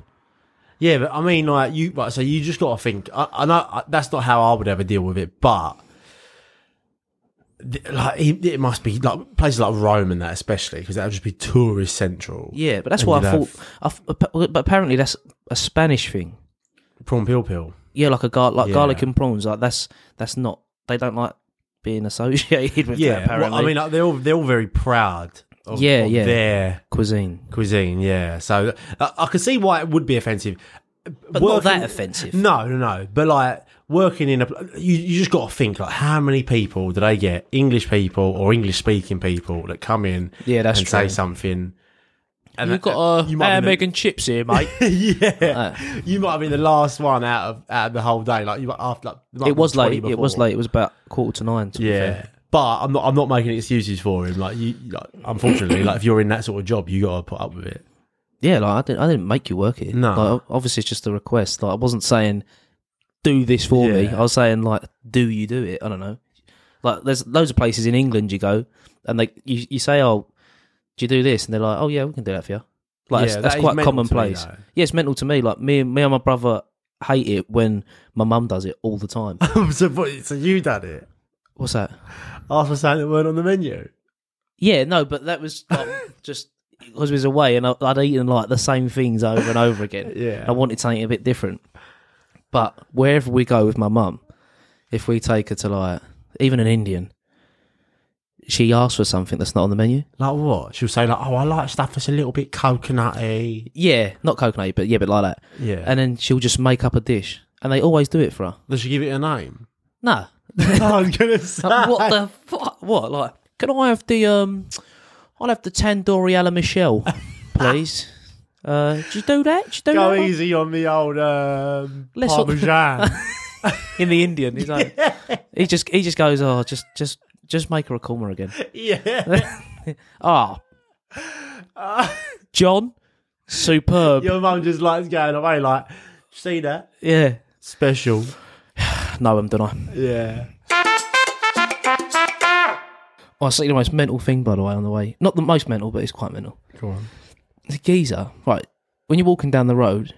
Speaker 2: Yeah, but I mean, like you, right, so you just got to think. I, I know I, that's not how I would ever deal with it, but th- like it, it must be like places like Rome and that, especially because that would just be tourist central.
Speaker 3: Yeah, but that's
Speaker 2: And
Speaker 3: why I
Speaker 2: you'd have-
Speaker 3: thought. I f- appa- but apparently that's a Spanish thing.
Speaker 2: prawn peel peel.
Speaker 3: Yeah, like a gar- like
Speaker 2: Yeah.
Speaker 3: garlic and prawns. Like that's that's not. They don't like being associated with that.
Speaker 2: Yeah,
Speaker 3: Apparently,
Speaker 2: well, I mean, like, they're all they're all very proud. Of,
Speaker 3: Yeah,
Speaker 2: of
Speaker 3: yeah.
Speaker 2: Their
Speaker 3: cuisine,
Speaker 2: cuisine, yeah. So I, I can see why it would be offensive.
Speaker 3: but not that offensive.
Speaker 2: No, no, no. But like working in a, you, you just got to think like how many people do they get? English people or English speaking people that come in,
Speaker 3: Yeah, that's
Speaker 2: and
Speaker 3: true.
Speaker 2: say something. And
Speaker 3: You've got a
Speaker 2: you
Speaker 3: you
Speaker 2: might be
Speaker 3: ham, egg, and chips here, mate.
Speaker 2: the,
Speaker 3: Uh,
Speaker 2: yeah, you might have been the last one out of out of the whole day. Like you might after like, there might
Speaker 3: it
Speaker 2: have
Speaker 3: was
Speaker 2: been 20
Speaker 3: late. It was
Speaker 2: before.
Speaker 3: late. It was about quarter to nine. To Be
Speaker 2: Yeah.
Speaker 3: fair.
Speaker 2: But I'm not. I'm not making excuses for him. Like you, like, unfortunately, like if you're in that sort of job, you got to put up with it.
Speaker 3: Yeah, like I didn't. I didn't make you work it.
Speaker 2: No.
Speaker 3: Like, o- obviously it's just a request. Like I wasn't saying do this for me.
Speaker 2: Yeah.
Speaker 3: I was saying like do you do it? I don't know. Like there's loads of places in England you go and they you, you say oh do you do this and they're like oh yeah we can do that for you. Like that's,
Speaker 2: Yeah, that
Speaker 3: that's
Speaker 2: is
Speaker 3: quite
Speaker 2: mental to me,
Speaker 3: commonplace.
Speaker 2: though.
Speaker 3: yeah, it's mental to me. Like me and me and my brother hate it when my mum does it all the time.
Speaker 2: so, but, so you done it.
Speaker 3: What's that?
Speaker 2: Ask for something that weren't on the menu.
Speaker 3: Yeah, no, but that was like, just because we was away and I, I'd eaten like the same things over and over again.
Speaker 2: Yeah.
Speaker 3: I wanted something a bit different. But wherever we go with my mum, if we take her to like even an Indian, she asks for something that's not on the menu.
Speaker 2: Like what? She'll say like, "Oh, I like stuff that's a little bit coconutty."
Speaker 3: Yeah, not coconut, but yeah, but like that.
Speaker 2: Yeah.
Speaker 3: And then she'll just make up a dish, and they always do it for her.
Speaker 2: Does she give it a name?
Speaker 3: No,
Speaker 2: I'm gonna say.
Speaker 3: Like, what the fuck? What like? Can I have the um? I'll have the tandoori alla Michelle, please. Uh, do you do that? Do you do
Speaker 2: Go
Speaker 3: that?
Speaker 2: easy on the old um,
Speaker 3: Let's not-
Speaker 2: parmesan.
Speaker 3: in the Indian. He's like, he just he just goes, oh, just just just make her a coma again.
Speaker 2: yeah,
Speaker 3: Ah, John, superb.
Speaker 2: your mum just likes going away. Like, see that
Speaker 3: Yeah,
Speaker 2: special.
Speaker 3: know them, don't I?
Speaker 2: Yeah.
Speaker 3: Oh, I see the most mental thing, by the way, on the way. Not the most mental, but it's quite mental.
Speaker 2: Go on.
Speaker 3: The geezer, right? When you're walking down the road,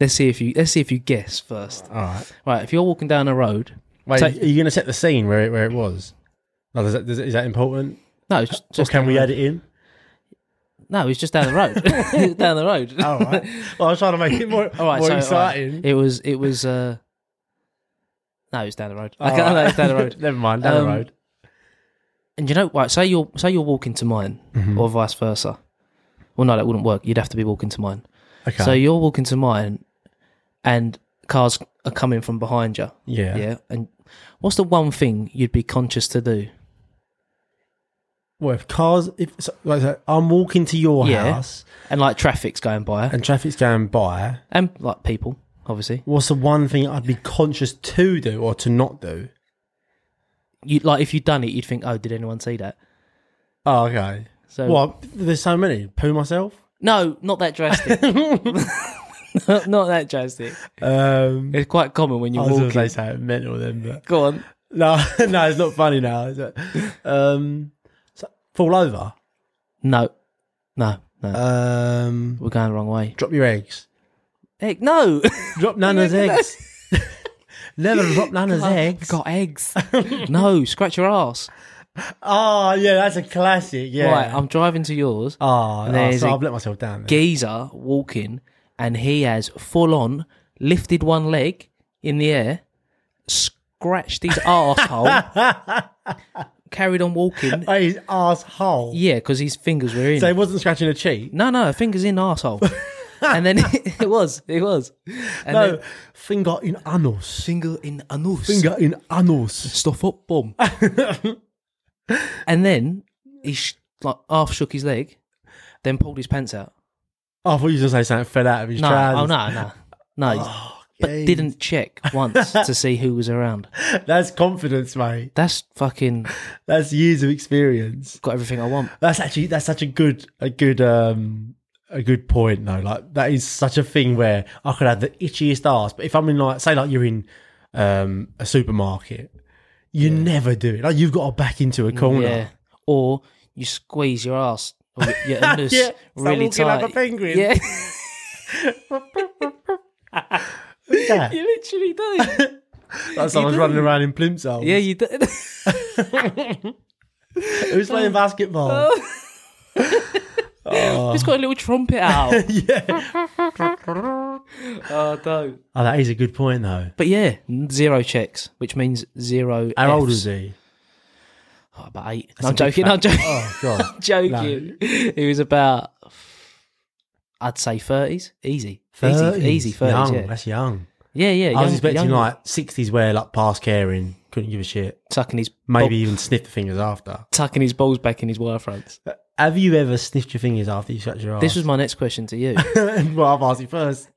Speaker 3: let's see if you let's see if you guess first.
Speaker 2: All right.
Speaker 3: Right, if you're walking down a road,
Speaker 2: Wait,
Speaker 3: So-
Speaker 2: are you going to set the scene where it where it was? No, does that, does, is that important?
Speaker 3: no, it's
Speaker 2: Or
Speaker 3: just
Speaker 2: can
Speaker 3: down
Speaker 2: we
Speaker 3: the road.
Speaker 2: add it in?
Speaker 3: No, it's just down the road. down the road.
Speaker 2: All right. Well, I was trying to make it more,
Speaker 3: All right,
Speaker 2: more
Speaker 3: so all right,
Speaker 2: exciting.
Speaker 3: it was it was uh no, it's down the road.
Speaker 2: All
Speaker 3: Okay,
Speaker 2: right.
Speaker 3: no, it's down the road.
Speaker 2: Never mind. Down
Speaker 3: Um,
Speaker 2: the road.
Speaker 3: And you know, right? Say you're say you're walking to mine,
Speaker 2: Mm-hmm.
Speaker 3: or vice versa. Well, no, that wouldn't work. You'd have to be walking to mine.
Speaker 2: Okay.
Speaker 3: So you're walking to mine, and cars are coming from behind you.
Speaker 2: yeah.
Speaker 3: Yeah. And what's the one thing you'd be conscious to do?
Speaker 2: Well, if cars, if so, like, so I'm walking to your
Speaker 3: Yeah.
Speaker 2: house
Speaker 3: And like traffic's going by,
Speaker 2: and traffic's going by,
Speaker 3: and like people, obviously.
Speaker 2: what's the one thing I'd be conscious to do or to not do?
Speaker 3: You like if you'd done it, you'd think, oh, did anyone see that?
Speaker 2: Oh, okay.
Speaker 3: So
Speaker 2: Well, there's so many. Poo myself.
Speaker 3: no, not that drastic. not that drastic.
Speaker 2: Um,
Speaker 3: It's quite common when
Speaker 2: I
Speaker 3: you're
Speaker 2: was going
Speaker 3: walking.
Speaker 2: to say something mental then, but
Speaker 3: Go on.
Speaker 2: no, no, it's not funny now. Is it? Um, so, fall over.
Speaker 3: No, no, no.
Speaker 2: Um,
Speaker 3: We're going the wrong way.
Speaker 2: drop your eggs.
Speaker 3: Heck, no.
Speaker 2: Drop Nana's eggs. Oh, Never drop Nana's
Speaker 3: I've
Speaker 2: eggs.
Speaker 3: got eggs. no, scratch your ass.
Speaker 2: Oh, yeah, that's a classic. Yeah.
Speaker 3: Right, I'm driving to yours.
Speaker 2: Oh, oh,
Speaker 3: There's
Speaker 2: so
Speaker 3: a-
Speaker 2: I've let myself down. then.
Speaker 3: Geezer walking, and he has full on lifted one leg in the air, scratched his arsehole, carried on walking.
Speaker 2: Oh, his asshole.
Speaker 3: Yeah, because his fingers were in.
Speaker 2: So he wasn't scratching a cheek.
Speaker 3: no, no, fingers in arsehole. and then it was, it was. And
Speaker 2: No,
Speaker 3: then
Speaker 2: finger in anus.
Speaker 3: finger in anus.
Speaker 2: Finger in anus.
Speaker 3: stuff up, bum. and then he sh- like half shook his leg, then pulled his pants out.
Speaker 2: Oh, I thought you were going to say something fell out of his
Speaker 3: No,
Speaker 2: trousers.
Speaker 3: oh no, no, no.
Speaker 2: Oh,
Speaker 3: but
Speaker 2: geez.
Speaker 3: didn't check once to see who was around.
Speaker 2: That's confidence, mate.
Speaker 3: That's fucking
Speaker 2: That's years of experience.
Speaker 3: got everything I want.
Speaker 2: That's actually that's such a good a good um a good point though. Like that is such a thing where I could have the itchiest ass, but if I'm in like say like you're in um a supermarket, you never do it. Like you've got to back into a corner.
Speaker 3: Yeah, or you squeeze your ass. Or your anus
Speaker 2: Yeah, it's like
Speaker 3: really
Speaker 2: walking like
Speaker 3: tight.
Speaker 2: a penguin.
Speaker 3: Yeah,
Speaker 2: Yeah.
Speaker 3: you literally do.
Speaker 2: Like someone's running around in plimsolls.
Speaker 3: yeah, you do.
Speaker 2: Who's playing basketball? Oh.
Speaker 3: He's got a little trumpet out.
Speaker 2: yeah.
Speaker 3: oh, don't.
Speaker 2: Oh, that is a good point though.
Speaker 3: But yeah, zero checks, which means zero.
Speaker 2: How old
Speaker 3: Fs.
Speaker 2: is he?
Speaker 3: Oh, about eight. No, I'm joking. I'm joking.
Speaker 2: Oh god.
Speaker 3: joking. He was about, I'd say thirties, easy, easy, easy thirties.
Speaker 2: Young.
Speaker 3: Yeah,
Speaker 2: That's young.
Speaker 3: yeah, yeah.
Speaker 2: I
Speaker 3: young-
Speaker 2: was expecting
Speaker 3: young,
Speaker 2: like sixties where like past caring, couldn't give a shit.
Speaker 3: tucking his
Speaker 2: Maybe
Speaker 3: ball-
Speaker 2: even sniff the fingers after.
Speaker 3: tucking his balls back in his wire fronts.
Speaker 2: Have you ever sniffed your fingers after you scratched your arse?
Speaker 3: This was my next question to you.
Speaker 2: well, I've asked it first.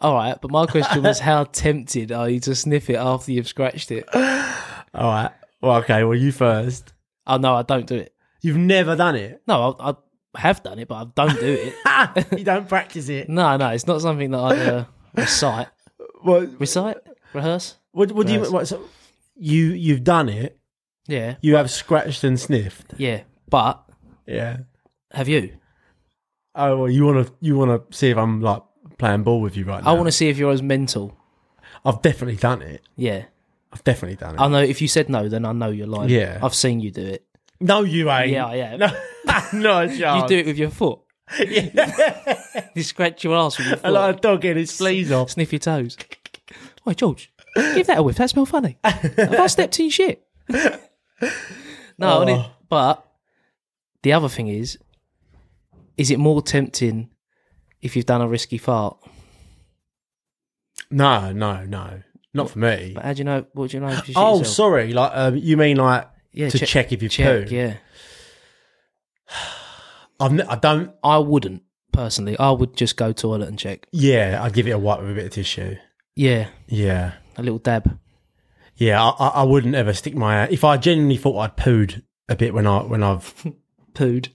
Speaker 3: All right, but my question was, how tempted are you to sniff it after you've scratched it?
Speaker 2: All right. Well, okay. Well, you first.
Speaker 3: Oh no, I don't do it.
Speaker 2: You've never done it.
Speaker 3: No, I, I have done it, but I don't do it.
Speaker 2: Ha! you don't practice it.
Speaker 3: No, no, it's not something that I uh, recite,
Speaker 2: What?
Speaker 3: recite, rehearse.
Speaker 2: What, what do you?
Speaker 3: Gross.
Speaker 2: What, so you you've done it.
Speaker 3: Yeah,
Speaker 2: You have scratched and sniffed.
Speaker 3: yeah. But
Speaker 2: Yeah.
Speaker 3: have you?
Speaker 2: Oh well, you want to you want to see if I'm like playing ball with you right now.
Speaker 3: I want to see if you're as mental.
Speaker 2: I've definitely done it.
Speaker 3: Yeah.
Speaker 2: I've definitely done it.
Speaker 3: I know if you said no, then I know you're lying.
Speaker 2: Yeah.
Speaker 3: I've seen you do it.
Speaker 2: no, you ain't.
Speaker 3: Yeah, yeah.
Speaker 2: No, no
Speaker 3: You
Speaker 2: chance.
Speaker 3: do it with your foot. you scratch your ass with your
Speaker 2: I like
Speaker 3: foot.
Speaker 2: a dog getting his sleeves off.
Speaker 3: Sniff your toes. Why, George? Give that a whiff. That smell funny. Have I stepped in your shit? no, and
Speaker 2: Oh.
Speaker 3: it- but the other thing is, is it more tempting if you've done a risky fart?
Speaker 2: No, no, no. Not for me.
Speaker 3: But how do you know? What do you know? If you shit
Speaker 2: Oh,
Speaker 3: yourself?
Speaker 2: sorry. Like um, you mean like
Speaker 3: Yeah,
Speaker 2: to check, if you
Speaker 3: check,
Speaker 2: poo?
Speaker 3: Yeah,
Speaker 2: I've n- I don't.
Speaker 3: I wouldn't personally. I would just go toilet and check.
Speaker 2: Yeah, I'd give it a wipe with a bit of tissue.
Speaker 3: Yeah,
Speaker 2: Yeah,
Speaker 3: a little dab.
Speaker 2: yeah. I, I I wouldn't ever stick my. If I genuinely thought I'd pooed a bit when I when I've
Speaker 3: Pooed.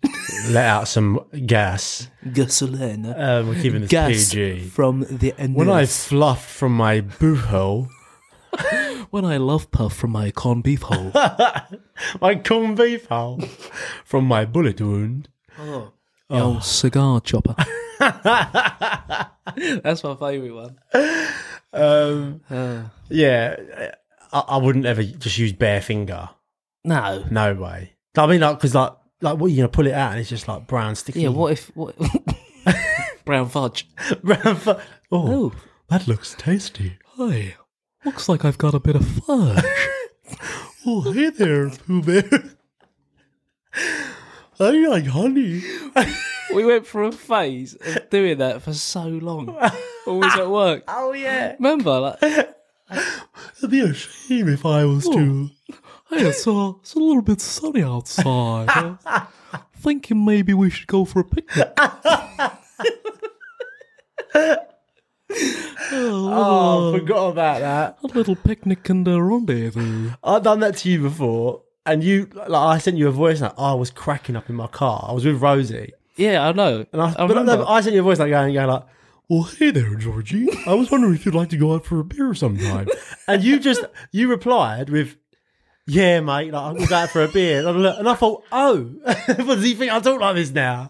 Speaker 2: let out some gas,
Speaker 3: Gasolina.
Speaker 2: um, we're keeping this
Speaker 3: Gas
Speaker 2: PG.
Speaker 3: from the anus.
Speaker 2: When I fluffed from my boothole,
Speaker 3: when I love puff from my corned beef hole.
Speaker 2: my corned beef hole from my bullet wound.
Speaker 3: Oh, cigar chopper. That's my favourite one.
Speaker 2: Um, yeah, I, I wouldn't ever just use bare finger.
Speaker 3: No.
Speaker 2: No way. I mean, like, because like, like, what are you gonna pull it out and it's just like brown sticky?
Speaker 3: Yeah. What if what? Brown fudge.
Speaker 2: brown fu- oh,
Speaker 3: Oh,
Speaker 2: that looks tasty.
Speaker 3: hi. Looks like I've got a bit of fudge.
Speaker 2: Oh, hey there, Pooh Bear. I like honey.
Speaker 3: we went through a phase of doing that for so long, always at work.
Speaker 2: Oh yeah,
Speaker 3: Remember, like, hey,
Speaker 2: it'd be a shame if I was to.
Speaker 3: it's, uh, it's a little bit sunny outside. Uh, Thinking maybe we should go for a picnic.
Speaker 2: Oh, forgot about that.
Speaker 3: A little picnic and a rendezvous.
Speaker 2: I've done that to you before, and you like I sent you a voice note. I was cracking up in my car. I was with Rosie,
Speaker 3: Yeah, I know.
Speaker 2: and I,
Speaker 3: I
Speaker 2: but, no,
Speaker 3: remember.
Speaker 2: but I sent you a voice note going, going like, "Well, hey there, Georgie. I was wondering if you'd like to go out for a beer sometime." and you just you replied with. Yeah, mate. Like, I'm going out for a beer, Blah, blah, blah. and I thought, oh, what does he think I talk like this now?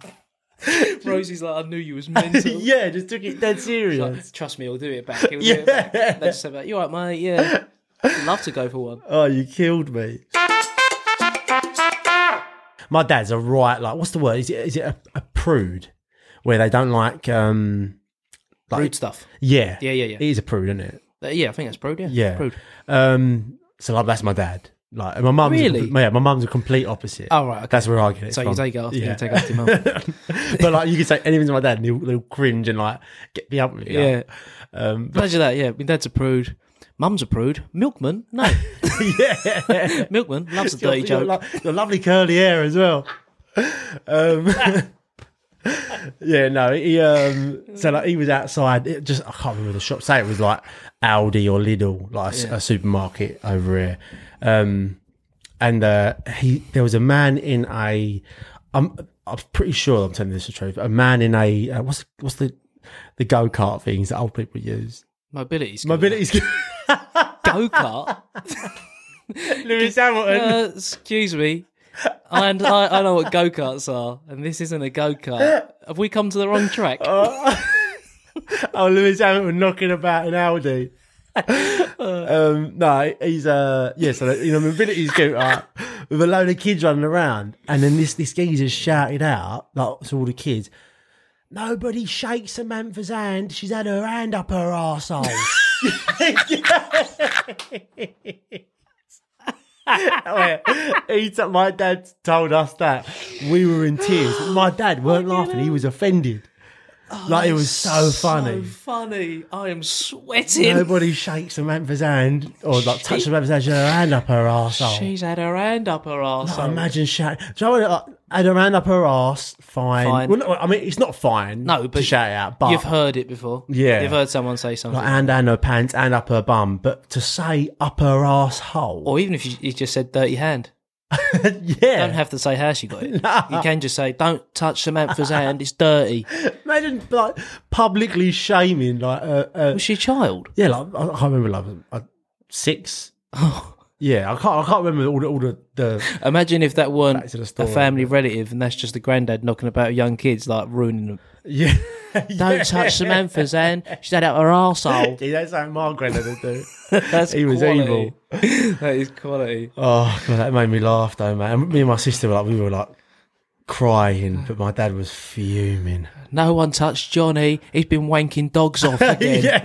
Speaker 3: Rosie's like, I knew you was mental.
Speaker 2: yeah, just took it dead serious.
Speaker 3: Like, Trust me, he'll do it back. He'll do it
Speaker 2: Yeah.
Speaker 3: back. They just said, back, "You all right, mate? Yeah, I'd love to go for one."
Speaker 2: Oh, you killed me. My dad's a right like what's the word? Is it is it a, a prude where they don't like um Like-
Speaker 3: Rude stuff.
Speaker 2: yeah
Speaker 3: Yeah, yeah, yeah.
Speaker 2: he's a prude isn't it
Speaker 3: Uh, yeah, I think that's prude. Yeah,
Speaker 2: yeah
Speaker 3: prude.
Speaker 2: um so like that's my dad like and my mum's
Speaker 3: Really?
Speaker 2: yeah my mum's a complete opposite
Speaker 3: Oh right, okay.
Speaker 2: that's where I get it
Speaker 3: So
Speaker 2: from.
Speaker 3: you take it off.
Speaker 2: Yeah.
Speaker 3: You take it off your mum.
Speaker 2: but like you can say anything to my dad and he'll, he'll cringe and like get me up with it
Speaker 3: yeah.
Speaker 2: um but
Speaker 3: Imagine that. Yeah, my dad's a prude. Mum's a prude. Milkman, no.
Speaker 2: yeah
Speaker 3: Milkman loves a
Speaker 2: Your-
Speaker 3: dirty
Speaker 2: your
Speaker 3: joke.
Speaker 2: lo- your lovely curly hair as well. Um, yeah, no, he um, so like he was outside. It just I can't remember the shop. Say it was like Aldi or Lidl, like a s- a, supermarket over here. Um, and uh, he there was a man in a. I'm I'm pretty sure I'm telling this the truth. A man in a uh, what's what's the the go kart things that old people use.
Speaker 3: Mobility.
Speaker 2: Mobility.
Speaker 3: Go kart.
Speaker 2: Lewis Hamilton.
Speaker 3: Uh, excuse me. I, I I know what go karts are, and this isn't a go kart. Have we come to the wrong track?
Speaker 2: oh, Lewis Hamilton knocking about an Audi. um, no, he's uh, yeah, so you know, mobility scooter uh, with a load of kids running around, and then this this geezer shouted out like to all the kids, "Nobody shakes Samantha's hand. She's had her hand up her arsehole. Oh, yeah. He t- my dad told us that we were in tears. My dad weren't laughing; he was offended. like it was so funny.
Speaker 3: So funny. I am sweating.
Speaker 2: Nobody shakes Samantha's hand or like touch Samantha's hand, she had her hand up her arsehole.
Speaker 3: She's had her hand up her arse.
Speaker 2: I imagine shouting. Do you know what, like, had her hand up her arse, fine.
Speaker 3: Fine.
Speaker 2: Well, no, I mean, it's not fine.
Speaker 3: No,
Speaker 2: to
Speaker 3: but
Speaker 2: shout it out, but
Speaker 3: You've heard it before.
Speaker 2: Yeah.
Speaker 3: You've heard someone say something.
Speaker 2: like, and and her pants and up her bum, but to say up her asshole,
Speaker 3: or even if you, you just said dirty hand.
Speaker 2: yeah.
Speaker 3: Don't have to say how she got it. You can just say, don't touch Samantha's hand, it's dirty.
Speaker 2: imagine like publicly shaming like uh, uh,
Speaker 3: Was she a child?
Speaker 2: yeah, like I, I can't remember like uh, six. Yeah, I can't. I can't remember all the all the, the
Speaker 3: Imagine if that
Speaker 2: Back
Speaker 3: weren't
Speaker 2: to the
Speaker 3: a
Speaker 2: story.
Speaker 3: family relative and that's just a granddad knocking about young kids, like ruining them.
Speaker 2: yeah.
Speaker 3: Don't touch Samantha's hand, she's had out her arsehole.
Speaker 2: Gee, that's how my granddad would do.
Speaker 3: That's
Speaker 2: He was
Speaker 3: quality.
Speaker 2: evil.
Speaker 3: That is quality.
Speaker 2: Oh god, that made me laugh though, man. And Me and my sister were like, we were like crying, but my dad was fuming.
Speaker 3: No one touched Johnny, he's been wanking dogs off again.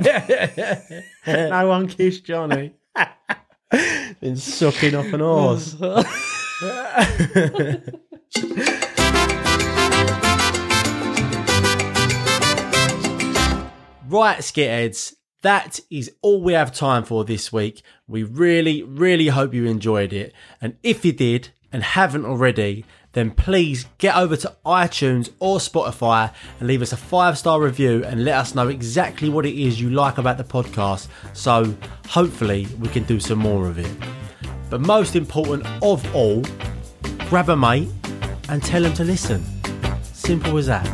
Speaker 2: no one kissed Johnny. Been sucking off an horse. Right, skitheads. That is all we have time for this week. We really, really hope you enjoyed it. And if you did and haven't already, then please get over to iTunes or Spotify and leave us a five star review and let us know exactly what it is you like about the podcast. So hopefully we can do some more of it. But most important of all, grab a mate and tell them to listen. Simple as that.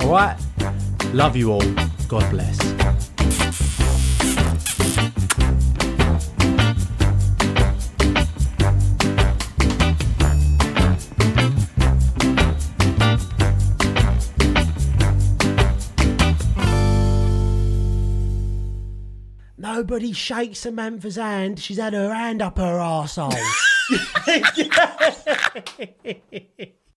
Speaker 2: All right? Love you all. God bless. Nobody shakes Samantha's hand. She's had her hand up her arsehole.